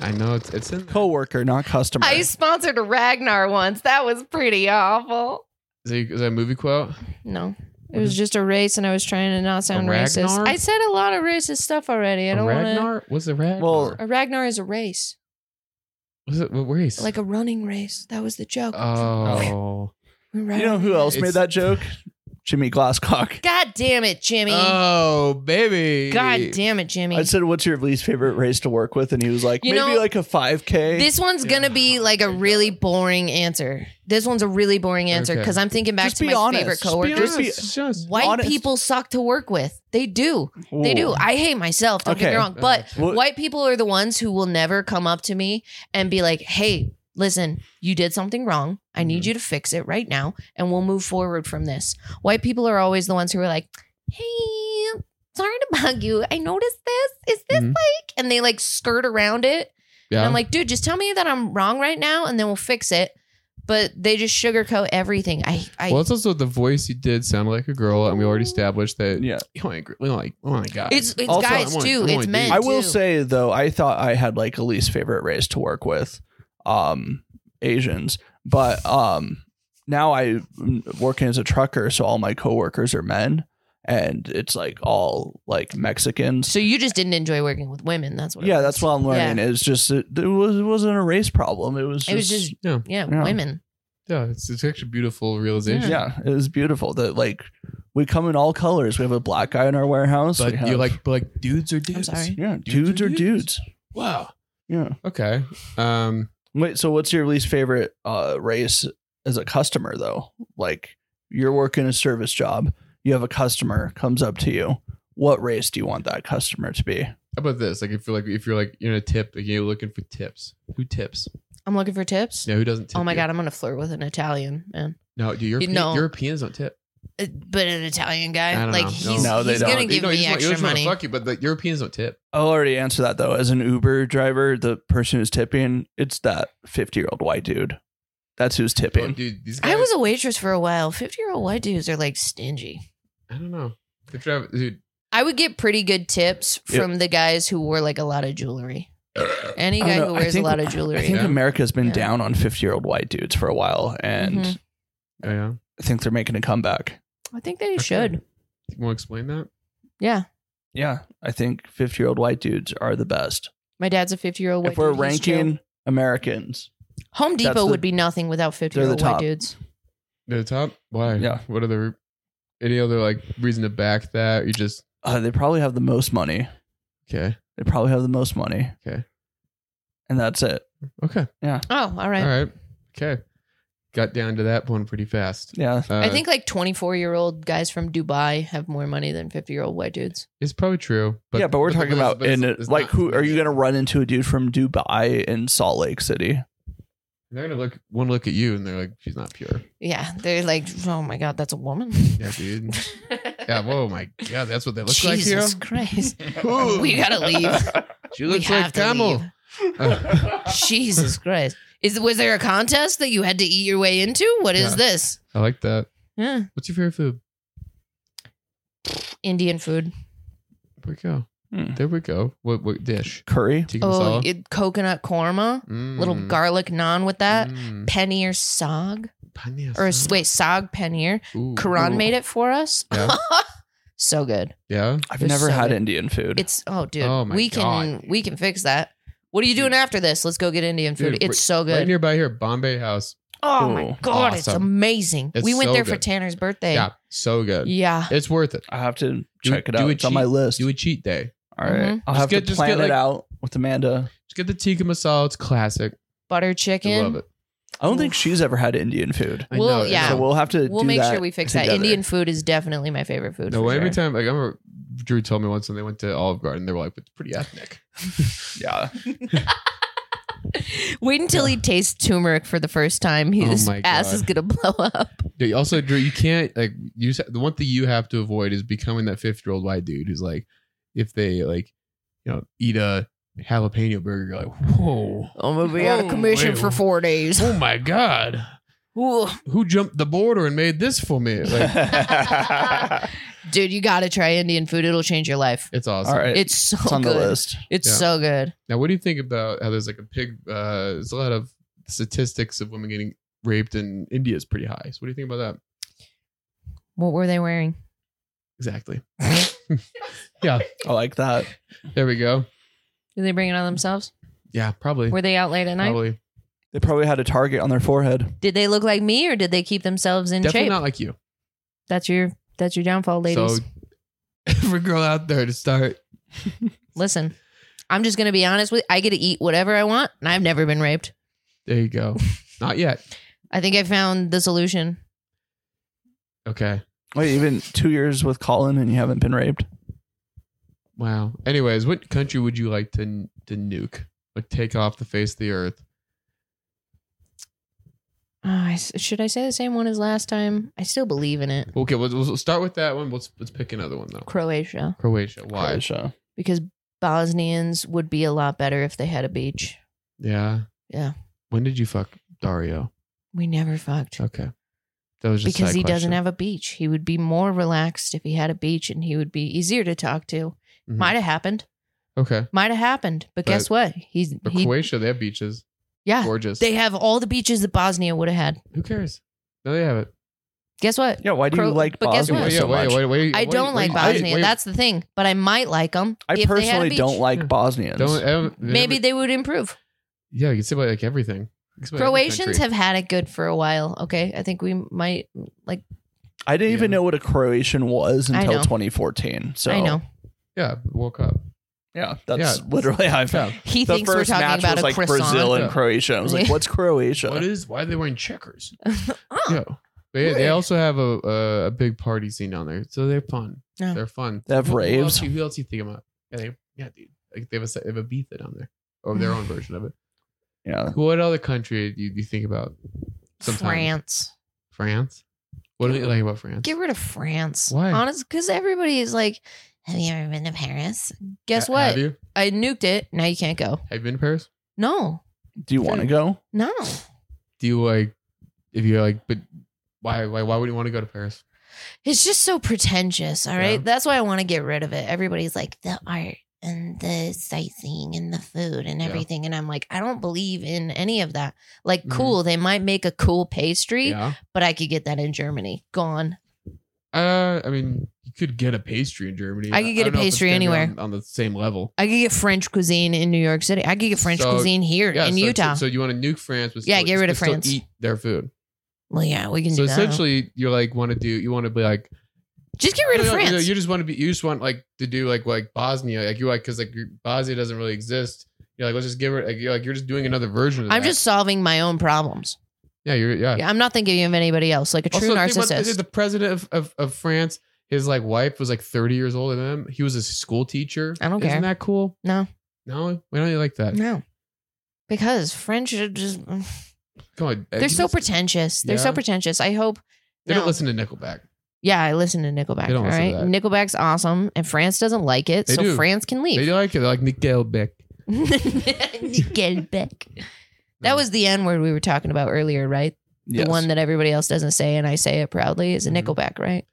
S3: I know it's it's in.
S2: Coworker, not customer.
S4: I sponsored a Ragnar once. That was pretty awful.
S3: Is, it, is that a movie quote?
S4: No. It was just a race, and I was trying to not sound racist.
S3: Ragnar?
S4: I said a lot of racist stuff already. I
S3: A
S4: don't want to.
S3: Ragnar? What's a Ragnar?
S2: Well-
S4: A Ragnar is a race,
S3: was it what race?
S4: like a running race. That was the joke.
S3: oh.
S4: We ran
S2: you know who
S4: a
S2: else
S4: race.
S2: made
S3: It's-
S2: that joke? Jimmy Glasscock.
S4: God damn it, Jimmy.
S3: Oh, baby.
S4: God damn it, Jimmy.
S2: I said, "What's your least favorite race to work with?" And he was like,
S4: You
S2: "Maybe
S4: know,
S2: like a 5K."
S4: This one's
S3: Yeah.
S4: gonna be like a really boring answer. This one's a really boring answer
S3: Okay.
S4: because I'm thinking back
S2: Just
S4: to
S2: be
S4: my
S2: honest.
S4: favorite
S2: Just be
S4: coworkers.
S2: honest.
S4: White
S2: Honest.
S4: people suck to work with. They do. They do.
S2: Ooh.
S4: I hate myself. Don't get me
S2: Okay.
S4: wrong. But
S2: Well,
S4: white people are the ones who will never come up to me and be like, hey, listen, you did something wrong. I need you to fix it right now and we'll move forward from this. White people are always the ones who are like, hey, sorry to bug you. I noticed this. Is this
S3: Mhm.
S4: like, and they like skirt around it.
S3: Yeah.
S4: And I'm like, dude, just tell me that I'm wrong right now and then we'll fix it. But they just sugarcoat everything. I, I
S3: well, it's also the voice you did sounded like a girl, and we already established that.
S2: Yeah.
S3: You don't like- we don't like, oh my god.
S4: it's it's
S2: Also,
S4: guys
S3: I'm only-
S4: too.
S3: I'm
S4: it's
S3: only
S4: men.
S3: dating.
S2: I will
S4: too.
S2: say though, I thought I had like a least favorite race to work with, um, Asians. But um, now I'm working as a trucker, so all my coworkers are men, and it's like all like Mexicans.
S4: So you just didn't enjoy working with women. That's what. it
S2: yeah,
S4: was.
S2: that's what I'm learning. It's just it, it was it wasn't a race problem. It was just,
S4: It was just
S3: yeah,
S4: yeah,
S2: Yeah.
S4: women.
S3: yeah. It's, it's actually a beautiful realization.
S2: yeah, it was beautiful that like we come in all colors. We have a black guy in our warehouse.
S3: But
S2: we have,
S3: you're like, but like dudes are dudes.
S4: sorry.
S2: yeah,
S3: dudes
S2: dudes
S3: are
S2: are
S3: dudes.
S2: dudes.
S3: Wow.
S2: Yeah.
S3: Okay. Um.
S2: Wait, so what's your least favorite uh, race as a customer though? Like you're working a service job, you have a customer comes up to you. What race do you want that customer to be?
S3: How about this? Like, if you're like, if you're like, you're in a tip, like you're looking for tips. Who tips?
S4: I'm looking for tips.
S3: Yeah. Who doesn't tip?
S4: oh my
S3: you?
S4: god, I'm gonna flirt with an Italian man,
S3: No, dude. European,
S4: No.
S3: Europeans don't tip.
S4: Uh, but an Italian
S3: I
S4: guy,
S3: don't
S4: like
S3: know.
S4: he's,
S2: No, they
S4: he's
S2: don't.
S4: gonna give
S3: Oh, No, you
S4: me
S3: just want- you
S4: extra
S3: just wanna
S4: money.
S3: Fuck you, but the Europeans don't tip.
S2: I'll already answer that though. As an Uber driver, the person who's tipping, it's that 50 year old white dude. That's who's
S3: Oh,
S2: tipping.
S3: dude, these guys,
S4: I was a waitress for a while. Fifty year old white dudes are like stingy.
S3: I don't know. They drive, dude.
S4: I would get pretty good tips
S2: Yeah.
S4: from the guys who wore like a lot of jewelry. Any
S2: I
S4: guy
S2: don't know.
S4: who
S2: I
S4: wears
S2: think-
S4: a lot of jewelry.
S2: I think
S3: Yeah.
S2: America's been
S4: Yeah.
S2: down on 50 year old white dudes for a while, and
S4: Mhm.
S3: Oh, yeah.
S2: I think they're making a comeback.
S4: I think they
S3: Okay.
S4: should.
S3: You want to explain that?
S4: Yeah.
S2: Yeah, I think 50 year old white dudes are the best.
S4: My dad's a 50 year old white
S2: if we're
S4: dude. He's chill.
S2: ranking Americans,
S4: Home
S2: that's
S4: Depot
S2: the-
S4: would be nothing without 50
S2: they're
S4: year
S2: the
S4: old white
S2: top.
S4: dudes.
S3: They're the top. Why?
S2: Yeah.
S3: What are the any other like reason to back that? You just
S2: uh, they probably have the most money.
S3: okay.
S2: They probably have the most money.
S3: Okay.
S2: And that's it.
S3: Okay.
S4: Oh, all right.
S3: All right. Okay. Got down to that one pretty fast.
S2: Yeah.
S3: Uh,
S4: I think like 24 year old guys from Dubai have more money than 50 year old white dudes.
S3: it's probably true.
S2: yeah, but we're talking
S3: it's-
S2: about
S3: but it's-
S2: in
S3: it's
S2: like
S3: not-
S2: who are you going to run into a dude from Dubai in Salt Lake City?
S3: They're gonna look one look at you and they're like, she's not pure.
S4: Yeah. They're like, oh my God, that's a woman.
S3: Yeah, dude. yeah. Whoa, my god, that's what they look like here.
S4: Jesus Christ.
S3: Ooh,
S4: We gotta leave.
S3: She
S4: we
S3: looks
S4: have
S3: like
S4: to
S3: camel.
S4: leave.
S3: Uh,
S4: Jesus Christ. Is was there a contest that you had to eat your way into? What is
S3: Yeah.
S4: this?
S3: I like that.
S4: Yeah.
S3: What's your favorite food?
S4: Indian food.
S3: There we go.
S2: Hmm.
S3: There we go. What what dish?
S2: Curry.
S3: Tikka
S4: Oh,
S3: masala.
S4: it- coconut korma, little
S3: Mm.
S4: garlic naan with that,
S3: Mm.
S4: paneer sag,
S3: Paneer
S4: or
S3: salad.
S4: wait, sag paneer.
S3: Ooh.
S4: Karan made it for us.
S3: Yeah.
S4: so good.
S3: Yeah.
S2: I've
S4: They're
S2: never
S4: so
S2: had
S4: good.
S2: Indian food.
S4: It's oh dude,
S3: Oh, my
S4: we can we can fix that. What are you doing after this? Let's go get Indian food.
S3: Dude,
S4: it's so good.
S3: Right nearby here, Bombay House.
S4: oh
S2: Ooh,
S4: my god, it's
S3: awesome.
S4: amazing.
S3: It's
S4: we went
S3: so
S4: there for
S3: good.
S4: Tanner's birthday.
S3: Yeah, so good.
S4: Yeah.
S3: It's worth it.
S2: I have to
S3: Do-
S2: check it
S3: do
S2: out.
S3: a
S2: It's on my
S3: cheat-
S2: list.
S3: Do a cheat day.
S2: All right.
S4: Mhm.
S2: I'll
S3: Just
S2: have
S3: get-
S2: to
S3: just
S2: plan
S3: get,
S2: it
S3: like-
S2: out with Amanda.
S3: Just get the tikka masala. It's classic.
S4: Butter
S3: I
S4: chicken.
S3: love it.
S2: I don't
S4: Oof.
S2: think she's ever had Indian food.
S3: I
S4: Well,
S3: know,
S4: yeah.
S2: So
S3: I know.
S2: we'll have to
S4: We'll
S2: do
S4: make
S2: that
S4: sure we fix that.
S2: together.
S4: Indian food is definitely my favorite food.
S3: No,
S4: for
S3: every
S4: sure.
S3: time like, I remember Drew told me once when they went to Olive Garden, they were like, "It's pretty ethnic."
S2: Yeah.
S4: Wait until he tastes turmeric for the first time.
S3: Oh
S4: His
S3: my
S4: ass
S3: God.
S4: is gonna blow up.
S3: Dude, also, Drew, you can't like you. s- The one thing you have to avoid is becoming that fifty-year-old white dude who's like, if they like, you know, eat a jalapeno burger, you're like, "Whoa,
S2: Oh,
S3: Oh,
S4: I'm gonna
S3: be out of commission for
S4: four days.
S3: oh my god."
S4: Ooh,
S3: who jumped the border and made this for me? Like,
S4: dude, you got to try Indian food. It'll change your life.
S3: it's awesome.
S2: All right.
S4: It's so
S2: it's on
S4: good.
S2: the list.
S4: It's
S3: Yeah.
S4: so good.
S3: Now, what do you think about how there's like a pig? Uh, there's a lot of statistics of women getting raped in India is pretty high. So, what do you think about that?
S4: What were they wearing?
S3: Exactly.
S2: I like that.
S3: There we go.
S4: Did they bring it on themselves?
S3: Yeah, probably.
S4: Were they out late at night?
S3: Probably.
S2: They probably had a target on their forehead.
S4: Did they look like me, or did they keep themselves in
S3: Definitely
S4: shape?
S3: not like you.
S4: That's your that's your downfall, ladies.
S3: So, every girl out there to start.
S4: Listen, I'm just gonna be honest with. I get to eat whatever I want, and I've never been raped.
S3: There you go. Not yet.
S4: I think I found the solution.
S3: Okay.
S2: Wait, even two years with Colin and you haven't been raped?
S3: Wow. Anyways, what country would you like to to nuke? Like take off the face of the earth?
S4: Oh, I s should I say the same one as last time? I still believe in it.
S3: Okay, we'll, we'll start with that one. Let's let's pick another one though.
S4: Croatia,
S3: Croatia. Why?
S2: Croatia.
S4: because Bosnians would be a lot better if they had a beach.
S3: Yeah.
S4: Yeah.
S3: When did you fuck Dario?
S4: We never fucked
S3: Okay. That was just a
S4: because
S3: side
S4: he
S3: question.
S4: doesn't have a beach. He would be more relaxed if he had a beach, and he would be easier to talk to.
S3: Mhm.
S4: Might have happened.
S3: Okay.
S4: Might have happened. But,
S3: But-
S4: guess what? He's
S3: But
S4: he,
S3: Croatia, they have beaches.
S4: yeah.
S3: Gorgeous.
S4: They have all the beaches that Bosnia would have had.
S3: Who cares? No, they have it.
S4: Guess what?
S2: Yeah, why do
S4: Cro-
S2: you like
S4: but guess
S2: Bosnia
S4: what?
S2: so
S3: yeah, wait,
S2: much?
S3: wait, wait,
S4: I
S3: wait,
S4: don't
S3: wait,
S4: like
S3: wait,
S4: Bosnia.
S3: wait.
S4: That's the thing. But I might like them.
S2: I personally don't like
S4: Hmm.
S3: Yeah.
S2: Bosnians.
S3: Don't, ever-
S4: Maybe they would improve.
S3: Yeah, you can say about like everything. You can say about every
S4: Croatians
S3: country.
S4: have had it good for a while. Okay, I think we might like.
S2: I didn't even
S3: Yeah.
S2: know what a Croatian was
S4: I
S2: until
S4: know.
S2: 2014. So
S4: I know
S3: Yeah, World Cup.
S2: Yeah, that's literally how I felt.
S3: Yeah.
S4: he
S2: the
S4: thinks we're
S2: first
S4: talking
S2: match
S4: about
S2: was
S4: a
S2: like
S4: croissant.
S2: Brazil and
S3: Yeah.
S2: Croatia. I was like, what's Croatia?
S3: What is? Why are they wearing checkers?
S4: Oh,
S3: Yeah. But yeah, they
S4: Weird.
S3: also have a, a a big party scene down there, so they're fun.
S4: Yeah.
S3: They're fun.
S2: They have
S3: Who- Who
S2: raves.
S3: else, you- who else you think about? Yeah, they, yeah, dude. Like they have a se- they have a beat that down there, or their own version of it.
S2: yeah.
S3: What other country do you, do you think about? Sometimes.
S4: France.
S3: France. What do you like about France?
S4: Get rid of France.
S3: Why?
S4: Honest, because everybody is like, "Have you ever been to Paris?" Guess
S3: Ha-
S4: what?
S3: Have you
S4: I nuked it. Now you can't go.
S3: have you been to Paris?
S4: No,
S2: Do you want
S4: Hmm.
S2: to go?
S4: no.
S3: Do you like? If you're like, but why why why would you want to go to Paris?
S4: It's just so pretentious. All
S3: Yeah.
S4: right, that's why I want to get rid of it. Everybody's like the art and the sightseeing and the food and
S3: Yeah.
S4: everything, and I'm like, I don't believe in any of that. Like,
S3: Mhm.
S4: cool, they might make a cool pastry,
S3: Yeah.
S4: but I could get that in Germany. Gone.
S3: Uh, I mean, you could get a pastry in Germany.
S4: I could get
S3: don't
S4: a
S3: know if it's
S4: pastry
S3: gonna be
S4: anywhere.
S3: on, on the same level.
S4: I could get French cuisine in New York City. I could get French
S3: So-
S4: cuisine here
S3: Yeah,
S4: in
S3: so,
S4: Utah.
S3: So you want to nuke France? But
S4: Yeah,
S3: still-
S4: get rid of
S3: but still
S4: France.
S3: Eat their food.
S4: well, yeah, we can
S3: So
S4: do that.
S3: essentially, you're like want to do you want to be like
S4: just get rid of
S3: No, no,
S4: France.
S3: no, Oh, you just want to be you just want like to do like like Bosnia like you're like because like your- Bosnia doesn't really exist. You're like let's just give it like you're like you're just doing another version. of
S4: I'm
S3: that.
S4: just solving my own problems.
S3: yeah you're yeah.
S4: Yeah, I'm not thinking of anybody else. Like a true
S3: Also, think about the-
S4: narcissist.
S3: the president of, of, of France, his like wife was like 30 years older than him. He was a school teacher.
S4: I don't care.
S3: Isn't that cool?
S4: No.
S3: No, we don't really like that.
S4: no, because French are just mm.
S3: Come on,
S4: they're so pretentious. They're so
S3: Yeah.
S4: pretentious. I hope.
S3: They
S4: no.
S3: don't listen to Nickelback.
S4: Yeah, I listen to Nickelback.
S3: They
S4: All
S3: don't listen
S4: right,
S3: to
S4: Nickelback's awesome, and France doesn't like it,
S3: They
S4: so
S3: do.
S4: France can
S3: They
S4: leave.
S3: like it. They're like Nickelback.
S4: Nickelback. That
S3: No.
S4: was the N word we were talking about earlier, right?
S2: Yes.
S4: the one that everybody else doesn't say and I say it proudly is a
S3: Mhm.
S4: Nickelback, right?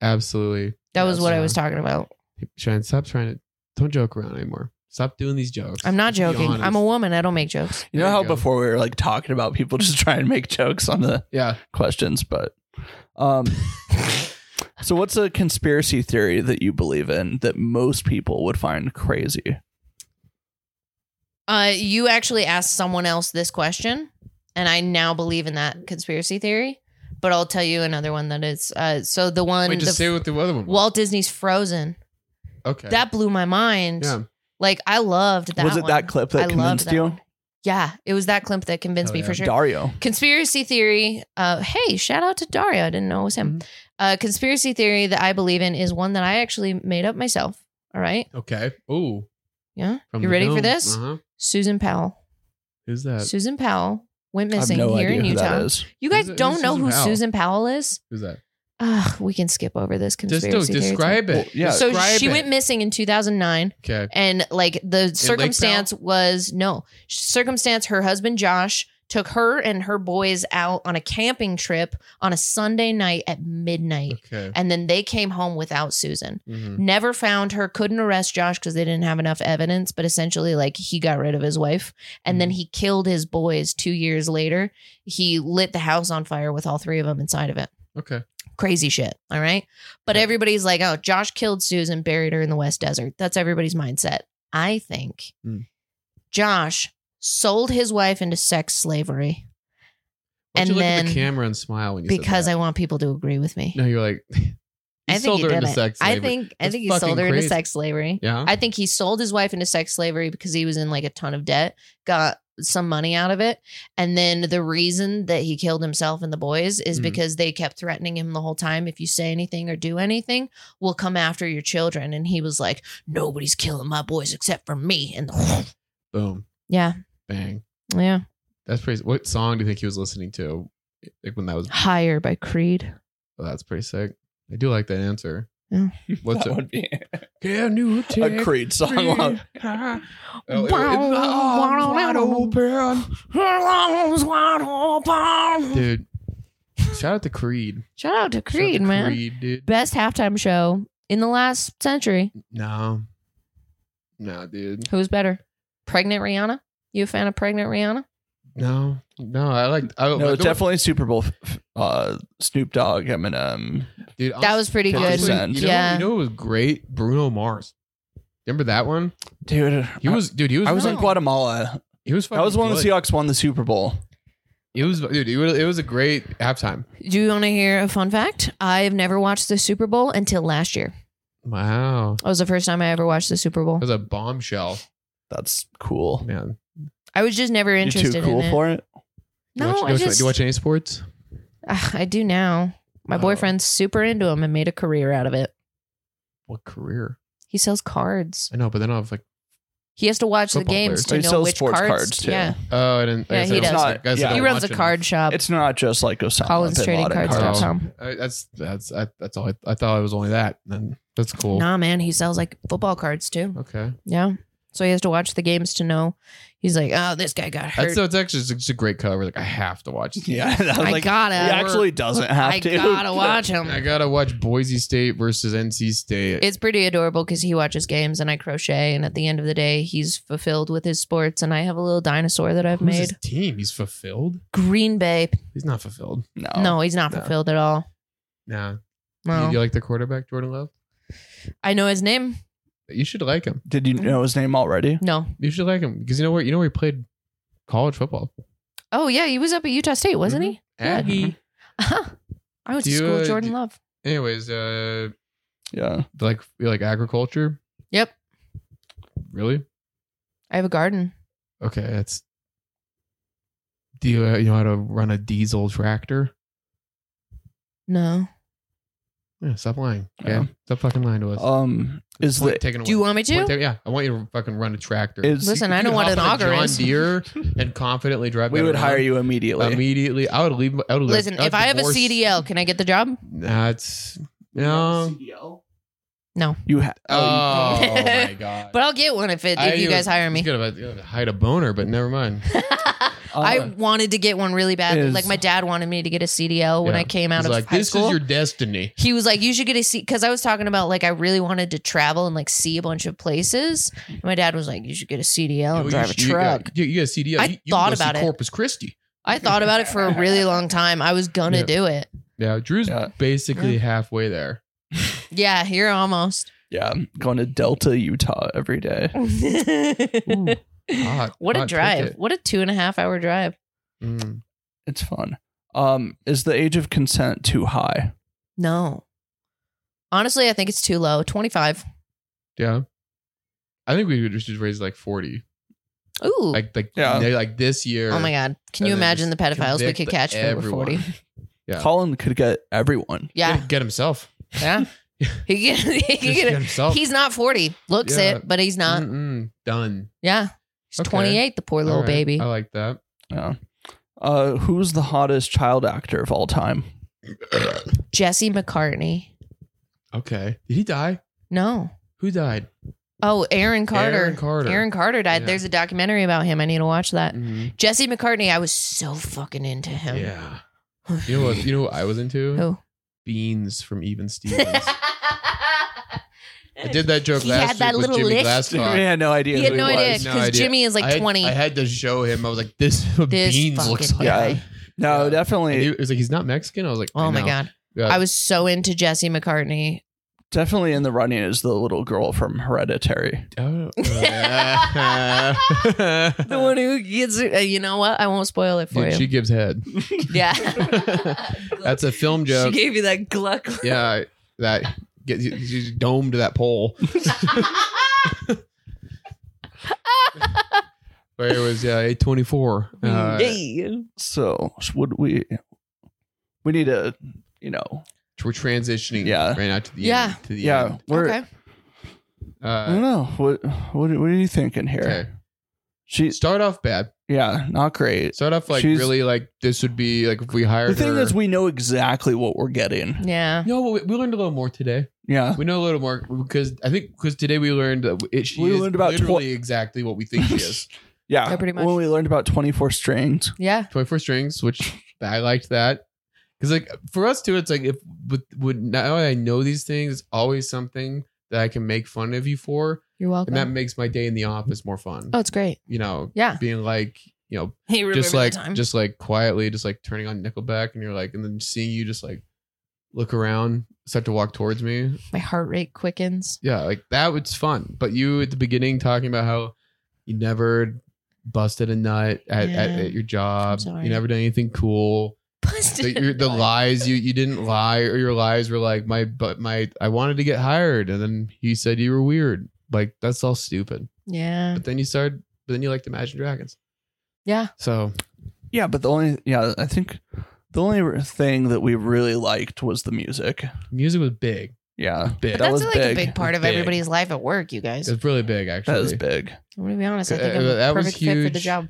S3: Absolutely.
S4: That was
S3: Yes.
S4: what I
S3: Yeah.
S4: was talking about.
S3: Shine, stop trying to. Don't joke around anymore. Stop doing these jokes.
S4: I'm not
S3: Just be
S4: joking.
S3: honest.
S4: I'm a woman. I don't make jokes.
S2: you know
S3: There you
S2: how
S3: go.
S2: before we were like talking about people just trying to make jokes on the
S3: Yeah.
S2: questions, but um so what's a conspiracy theory that you believe in that most people would find crazy?
S4: Uh, you actually asked someone else this question, and I now believe in that conspiracy theory. But I'll tell you another one that is. Uh, so the one,
S3: Wait,
S4: the,
S3: just say what the other one was.
S4: Walt Disney's Frozen.
S3: okay.
S4: That blew my mind.
S3: yeah.
S4: Like I loved that.
S2: was it
S4: one.
S2: that clip that
S4: I loved
S2: convinced
S4: that
S2: you? Oh,
S4: one. Yeah, it was that clip that convinced
S3: Hell
S4: me
S3: yeah.
S4: for sure.
S2: Dario.
S4: conspiracy theory uh hey shout out to dario i didn't know it was
S2: Mm-hmm.
S4: him
S3: Mhm.
S4: uh conspiracy theory that i believe in is one that i actually made up myself all right
S3: Okay. Ooh.
S4: yeah
S3: From
S4: you
S3: the
S4: ready for
S3: dome.
S4: this
S3: Uh-huh.
S4: susan powell
S3: Who's that?
S4: susan powell went
S2: Uh, I have
S4: missing
S2: no
S4: here
S2: idea
S4: in
S2: who that
S4: utah
S2: is.
S4: you
S3: Who's-
S4: guys
S3: who's
S4: don't know
S3: Susan
S4: who
S3: Powell?
S4: susan powell is
S3: Who's that?
S4: Ugh, we can skip over this
S3: Just
S4: conspiracy
S3: do,
S4: theory.
S3: describe it.
S2: Well, yeah.
S4: so
S3: Describe
S4: she
S3: it.
S4: went missing in 2009
S3: Okay.
S4: and like the circumstance was no circumstance her husband josh took her and her boys out on a camping trip on a Sunday night at midnight.
S3: Okay.
S4: And then they came home without Susan.
S3: Mhm.
S4: Never found her, couldn't arrest Josh because they didn't have enough evidence, but essentially, like, he got rid of his wife. And then
S3: Mhm.
S4: he killed his boys two years later. He lit the house on fire with all three of them inside of it.
S3: Okay.
S4: Crazy shit. All right. But
S3: Okay.
S4: everybody's like, oh, Josh killed Susan, buried her in the West Desert. That's everybody's mindset. I think
S3: Hmm.
S4: Josh sold his wife into sex slavery
S3: Why'd you
S4: And
S3: look at
S4: then-
S3: the camera and smile when you
S4: because
S3: said
S4: I
S3: that?
S4: want people to agree with me.
S3: No, you're like.
S4: I
S3: he
S4: think
S3: sold
S4: he
S3: her
S4: did
S3: into
S4: it.
S3: sex
S4: I
S3: slavery.
S4: think I
S3: That's
S4: think he sold
S3: fucking
S4: her into
S3: crazy.
S4: sex slavery.
S3: Yeah.
S4: I think he sold his wife into sex slavery because he was in like a ton of debt, got some money out of it. And then the reason that he killed himself and the boys is
S3: Mhm.
S4: because they kept threatening him the whole time if you say anything or do anything, we'll come after your children. And he was like, nobody's killing my boys except for me. And
S3: Boom.
S4: yeah,
S3: Bang.
S4: yeah.
S3: That's pretty. What song do you think he was listening to? Like when that was.
S4: Higher by Creed.
S3: oh, that's pretty sick. I do like that answer.
S4: Yeah.
S3: What's
S2: that
S3: it?
S2: would be
S3: Yeah, new
S2: a Creed song. Wow.
S3: Oh, it- it's- Dude, shout out to Creed.
S4: Shout out
S3: Shout out
S4: to
S3: to
S4: Creed, man.
S3: Creed, dude.
S4: Best halftime show in the last century.
S3: No. No, dude.
S4: Who's better? Pregnant Rihanna? You a fan of pregnant Rihanna?
S3: No. No, I like. I, I
S2: No,
S3: don't-
S2: definitely Super Bowl. f- Uh, Snoop Dogg, Eminem.
S3: Dude,
S4: That was pretty good.
S3: honestly, You know,
S4: Yeah.
S3: You know, it was great. Bruno Mars. Remember that one?
S2: Dude,
S3: He was, dude. He was.
S2: I was in
S4: No.
S2: Guatemala.
S3: He was.
S2: That was
S3: fucking
S2: when the
S3: good.
S2: Seahawks won the Super Bowl.
S3: It was, dude. It was, it was a great halftime.
S4: Do you want to hear a fun fact? I've never watched the Super Bowl until last year.
S3: Wow.
S4: That was the first time I ever watched the Super Bowl.
S3: It was a bombshell,
S2: That's cool.
S3: man.
S4: I was just never
S2: You're
S4: interested
S2: too cool
S4: in it.
S2: for it.
S3: do you
S4: no,
S3: watch, do you
S4: I
S3: watch-
S4: just
S3: do you watch any sports?
S4: Ugh, I do now. My
S3: Oh.
S4: boyfriend's super into him and made a career out of it.
S3: What career?
S4: He sells cards.
S3: I know, but then I was like,
S4: He has to watch
S3: Football
S4: the
S2: players.
S4: games to
S2: He
S4: know
S2: sells
S4: which
S2: sports
S4: cards.
S2: cards, too.
S4: Yeah,
S3: oh, I didn't. I
S4: Yeah,
S3: guess
S4: he
S3: I don't
S2: does.
S3: watch it. Guys, I
S2: Yeah.
S4: he
S3: don't
S4: runs a
S3: watch it.
S4: card shop.
S2: It's not just like Osama
S4: Collins
S2: bin
S4: Trading
S2: Laden
S4: Cards. dot
S2: cards.
S4: com.
S3: I, that's that's I, that's all. I, I thought it was only that. Then that's cool.
S4: Nah, man, he sells like football cards too.
S3: Okay,
S4: Yeah. So he has to watch the games to know. He's like, oh, this guy got hurt.
S3: that's so it's actually just, it's a great cover. Like I have to watch. This.
S2: Yeah, that was
S4: I
S2: like,
S4: gotta.
S2: he actually doesn't have
S4: I
S2: to.
S4: gotta watch him.
S3: I gotta watch Boise State versus NC State.
S4: Oh It's pretty adorable because he watches games and I crochet, and at the end of the day, he's fulfilled with his sports. And I have a little dinosaur that I've
S3: Who's
S4: made.
S3: his team. He's fulfilled.
S4: Green Bay.
S3: He's not fulfilled.
S2: No,
S4: no, he's not
S3: Oh, no.
S4: fulfilled at all.
S3: Nah.
S4: No,
S3: You, you like the quarterback Jordan Love?
S4: I know his name.
S3: You should like him.
S2: Did you know his name already?
S4: No.
S3: You should like him because you know where you know where he played college football.
S4: Oh yeah, he was up at Utah State, wasn't he? Uh-huh.
S3: Aggie.
S4: I went
S3: Mm-hmm. Do
S4: to
S3: you,
S4: school with
S3: uh,
S4: Jordan
S3: do-
S4: Love.
S3: Anyways, uh,
S2: Yeah.
S3: like you like agriculture.
S4: Yep,
S3: Really?
S4: I have a garden.
S3: Okay, that's. Do you, uh, you know how to run a diesel tractor?
S4: No.
S3: Yeah, stop lying. Okay,
S2: Yeah.
S3: stop fucking lying to us.
S2: Um, is
S3: Point
S2: the
S3: taken
S4: Do you
S3: away.
S4: want me to?
S3: Point taken- yeah, I want you to fucking run a tractor.
S2: is
S4: Listen,
S3: You
S4: I know
S3: could
S4: what
S3: hop
S4: an
S3: on a
S4: auger
S3: John
S4: is.
S3: Deere Uh, and confidently drive.
S2: we
S3: that
S2: would
S3: around.
S2: hire you immediately.
S3: immediately. I would leave. I would leave-
S4: Listen,
S3: I would
S4: if I have a
S3: divorce-
S4: CDL, can I get the job?
S3: that's no.
S2: You ha-
S3: Oh,
S2: oh,
S4: you-
S3: my god!
S4: But I'll get one if it, if
S3: I
S4: you guys
S3: was-
S4: hire
S3: I
S4: me.
S3: was gonna about- gonna hide a boner, but never mind.
S2: Uh,
S4: I wanted to get one really badly.
S2: is-
S4: like my dad wanted me to get a CDL when
S3: Yeah.
S4: I came out
S3: He's
S4: of
S3: like,
S4: high
S3: this
S4: school.
S3: is your destiny.
S4: he was like, "You should get a C," because I was talking about like I really wanted to travel and like see a bunch of places. And my dad was like, "You should get a CDL and
S3: You-
S4: drive a
S3: you-
S4: truck."
S3: You, you, got a CDL.
S4: I
S3: you, you
S4: thought
S3: can go see
S4: about it.
S3: Corpus Christi.
S4: I thought about it for a really long time. I was gonna
S3: Yeah.
S4: do it.
S3: Yeah, Drew's
S2: Yeah.
S3: basically halfway there.
S4: Yeah, here almost.
S2: yeah, going to Delta, Utah every day.
S3: hot,
S4: what a
S3: hot
S4: drive!
S3: ticket.
S4: What a two and a half hour drive.
S3: Mm.
S2: It's fun. Um, is the age of consent too high?
S4: No, honestly, I think it's too low. Twenty five.
S3: Yeah, I think we would just raise like forty.
S4: Ooh,
S3: Like like
S2: Yeah.
S3: they- like this year.
S4: oh my god! Can
S3: and
S4: you
S3: then
S4: imagine the
S3: just
S4: pedophiles we
S3: convict
S4: could catch for over
S3: everyone.
S4: forty?
S3: Yeah.
S2: Colin could get everyone.
S4: Yeah,
S3: Get- get himself.
S4: yeah. He get, he
S3: Just
S4: get-
S3: get himself.
S4: he's not forty. Looks
S3: Yeah.
S4: it, but he's not.
S3: Mm-mm. done.
S4: Yeah, he's
S3: Okay.
S4: twenty eight. The poor little
S3: All right. Oh.
S4: baby.
S3: I like that.
S2: Yeah. Uh, who's the hottest child actor of all time?
S4: Jesse McCartney.
S3: okay. Did he die?
S4: No,
S3: Who died?
S4: Oh, Aaron Carter.
S3: Aaron Carter.
S4: Aaron Carter died.
S3: Yeah.
S4: There's a documentary about him. I need to watch that.
S3: Mhm.
S4: Jesse McCartney, I was so fucking into Uh, him.
S3: Yeah. You know what? You know what I was into?
S4: Who?
S3: Beans from Even Stevens. I did that joke
S4: He
S3: last
S4: had that
S3: week with
S4: little
S3: Jimmy
S4: lick.
S2: we
S3: Glasscock.
S2: had no idea.
S4: He
S2: who
S4: had no
S2: was.
S4: idea
S3: No
S4: because
S3: idea.
S4: Jimmy is
S3: I
S4: like
S3: had-
S4: 20.
S3: I had to show him. I was like, "This is what
S4: This
S3: beans
S4: fucking
S3: looks like."
S4: guy.
S2: Yeah. No,
S3: Yeah. And he,
S2: definitely,
S3: it was like he's not Mexican. I was like,
S4: oh my god, I was so into Jesse McCartney.
S2: definitely in the running is the little girl from Hereditary.
S3: Oh,
S4: The one who gets it. uh, You know what? I won't spoil it for
S3: Dude,
S4: you.
S3: she gives head.
S4: yeah,
S3: That's a film
S4: She
S3: joke.
S4: gave you that gluck.
S3: yeah, that gets you- she's domed to that pole. But it was yeah, eight Uh, twenty four.
S4: Mm.
S3: We're
S4: Yay.
S2: So would we? We need to, you know,
S3: transitioning
S2: Yeah.
S3: right now to the
S4: Yeah.
S3: end. To the
S2: yeah. Mm.
S3: end.
S2: We're.
S4: okay.
S2: I don't
S3: Uh,
S2: know what what what are you thinking here?
S3: okay.
S2: She's
S3: Start off bad.
S2: yeah, not great.
S3: Start off like
S2: She's-
S3: really like this would be like if we hired
S2: The thing
S3: her.
S2: is, we know exactly what we're getting.
S4: Yeah.
S3: no, but we, we learned a little more today.
S2: Yeah,
S3: We know a little more because I think because today we learned that it, she
S2: We
S3: is
S2: learned about tw-
S3: literally exactly what we think she is.
S2: yeah.
S4: Yeah, pretty much.
S2: When we learned about twenty four strings,
S4: Yeah.
S3: Twenty four strings, which I liked that because like for us too, it's like if with would now I know these things, it's always something that I can make fun of you for,
S4: You're
S3: and
S4: welcome.
S3: that makes my day in the office more fun.
S4: oh, it's great.
S3: You know,
S4: Yeah.
S3: being like you know
S4: Hey, remember
S3: just like
S4: the time?
S3: just like quietly just like turning on nickelback and you're like and then seeing you just like look around start to walk towards me
S4: my heart rate quickens.
S3: yeah like that was fun but you at the beginning talking about how you never busted a nut at, at,
S4: Yeah.
S3: at your job
S4: sorry.
S3: you never did anything cool the,
S4: Busted.
S3: your, the lies you you didn't lie or your lies were like my but my i wanted to get hired and then he said you were weird like that's all stupid
S4: Yeah.
S3: but then you started but then you liked imagine dragons
S4: Yeah.
S3: so
S2: yeah. But the only yeah, I think the only thing that we really liked was the music.
S3: music was big
S2: Yeah,
S3: big
S4: But that's
S2: was
S4: like a
S2: big.
S4: big part of
S3: Big.
S4: everybody's life at work, you guys.
S3: It's really big, actually.
S2: that was big.
S4: I'm gonna be honest. I
S3: Uh,
S4: think I'm
S3: that
S4: a
S3: was
S4: perfect fit for the
S3: huge.
S4: job.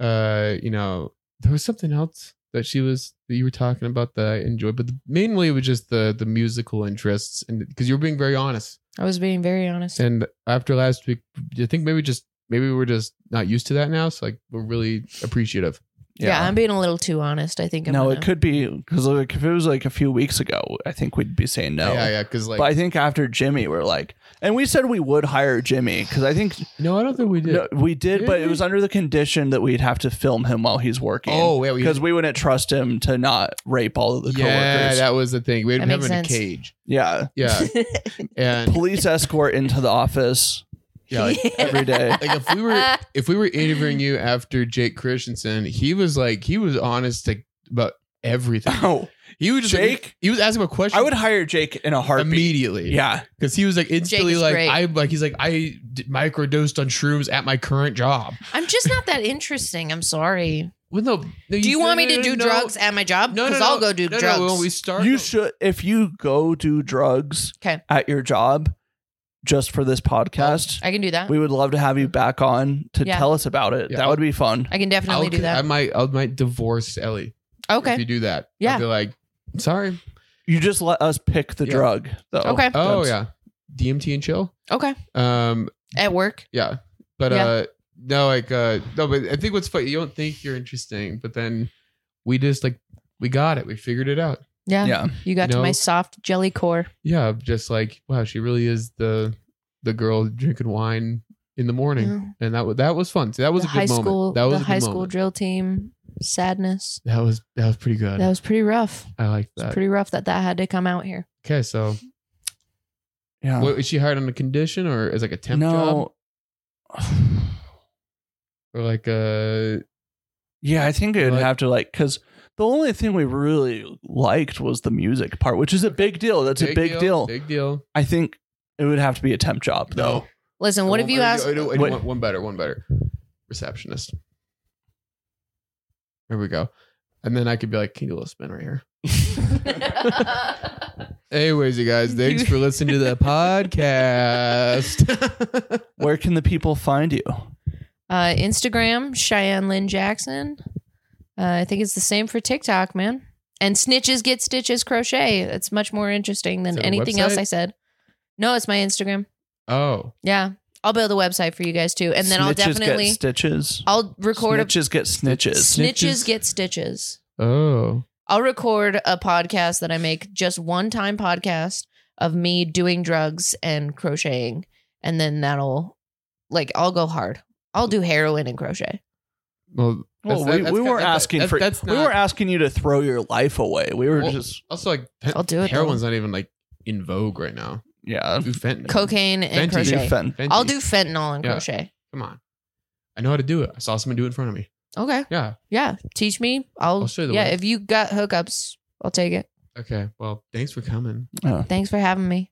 S3: Uh, you know, there was something else that she was that you were talking about that I enjoyed, but the, mainly it was just the the musical interests, and because you were being very honest.
S4: I was being very honest.
S3: And after last week, I think maybe just maybe we're just not used to that now. So like we're really appreciative.
S4: Yeah. I'm being a little too honest. I think. I'm
S2: no,
S4: gonna,
S2: it could be because like if it was like a few weeks ago, I think we'd be saying no.
S3: yeah, yeah. Because like
S2: but I think after Jimmy, we're like, and we said we would hire Jimmy because I think
S3: no, I don't think we did.
S2: no, we did,
S3: Did
S2: but it
S3: we?
S2: was under the condition that we'd have to film him while he's working.
S3: oh yeah, we
S2: because we wouldn't trust him to not rape all of the
S3: yeah,
S2: coworkers.
S3: that was the thing. We had
S4: That
S3: him in
S4: makes
S3: a
S4: sense.
S3: cage.
S2: yeah,
S3: Yeah, and
S2: police escort into the office
S3: yeah, like,
S2: every day.
S3: like if we were if we were interviewing you after Jake Christensen, he was like he was honest like, about everything.
S2: Oh,
S3: He was just
S2: Jake?
S3: like- he was asking a question.
S2: I would hire Jake in a heartbeat.
S3: immediately.
S2: Yeah,
S3: because he was like instantly
S4: is
S3: like
S4: great.
S3: I like he's like I d- microdosed on shrooms at my current job.
S4: I'm just not that interesting. I'm sorry.
S3: Well, no,
S4: Do you want me to do drugs at my job?
S3: No, no,
S4: Because
S3: no,
S4: I'll go do
S3: no,
S4: drugs.
S3: No, when we start,
S2: you should if you go do drugs
S4: 'Kay.
S2: at your job just for this podcast
S4: I can do that.
S2: we would love to have you back on to
S4: Uh, mm-hmm. Yeah.
S2: tell us about it
S3: Yeah.
S2: that would be fun
S4: I can definitely
S3: I'll-
S4: do
S3: I
S4: that.
S3: might I might divorce Ellie. if
S4: okay.
S3: you do that. I'll
S4: Yeah.
S3: be like sorry.
S2: you just let us pick the
S3: Yeah.
S2: drug though
S4: Okay.
S3: Oh
S2: That's-
S3: yeah, DMT and chill.
S4: Okay.
S3: Um,
S4: At work.
S3: Yeah. But
S4: Yeah.
S3: uh no, like uh no, but I think what's funny, you don't think you're interesting, but then we just like we got it. We figured it out.
S4: Yeah.
S2: yeah
S4: You got
S3: You
S4: to my
S3: know?
S4: soft jelly core.
S3: Yeah, just like wow, she really is the the girl drinking wine in the morning.
S4: Yeah.
S3: And that was that was fun. So that was
S4: the
S3: a
S4: high
S3: good moment.
S4: school.
S3: that was a
S4: the
S3: good
S4: high school
S3: moment.
S4: drill team. Sadness.
S3: That was that was pretty good.
S4: That was pretty rough.
S3: I like
S4: It's
S3: that.
S4: pretty rough that that had to come out here.
S3: okay, so
S2: yeah
S3: what, is she hired on a condition or as like a temp job
S2: no
S3: or like a
S2: yeah i think it would
S3: Like-
S2: have to like because the only thing we really liked was the music part which is a big deal that's a big deal,
S3: Big deal.
S2: i think it would have to be a temp job though
S4: Listen, what have you asked?
S3: I do, I do
S2: What-
S3: want one better, one better. Receptionist. There we go. And then I could be like, can you do a little spin right here? Anyways, you guys, thanks for listening to the podcast.
S2: where can the people find you
S4: uh, Instagram, Cheyenne Lynn Jackson. Uh, I think it's the same for TikTok, man. And snitches get stitches crochet. It's much more interesting than
S3: Is that a
S4: anything else
S3: website?
S4: I said. No, it's my Instagram.
S3: Oh,
S4: Yeah. I'll build a website for you guys too. And then I'll
S2: Snitches get
S4: definitely
S2: stitches.
S4: I'll record
S2: snitches get
S4: a
S2: snitches.
S4: snitches
S3: Snitches.
S4: get stitches.
S3: oh,
S4: I'll record a podcast that I make just one time podcast of me doing drugs and crocheting. And then that'll like I'll go hard. I'll do heroin and crochet.
S3: well,
S2: Well,
S3: that's-
S2: we,
S3: that's
S2: we
S3: got-
S2: were
S3: that's-
S2: asking
S3: that's-
S2: for
S3: that's
S2: we
S3: not-
S2: were asking you to throw your life away. We were
S3: Well-
S2: just
S3: also like
S4: I'll do it,
S3: Heroin's not even like in vogue right now.
S2: yeah.
S3: Do fentanyl.
S4: Cocaine and
S3: Fenty.
S2: Do
S4: crochet.
S2: fen-
S3: Fenty.
S4: I'll do fentanyl and
S3: Yeah.
S4: crochet.
S3: Come on, I know how to do it. I saw someone do it in front of me.
S4: Okay.
S3: Yeah.
S4: Yeah. Teach me. I'll,
S3: I'll show you the
S4: Yeah,
S3: way.
S4: if you got hookups, I'll take it.
S3: Okay. Well, thanks for coming.
S2: Oh.
S4: Thanks for having me.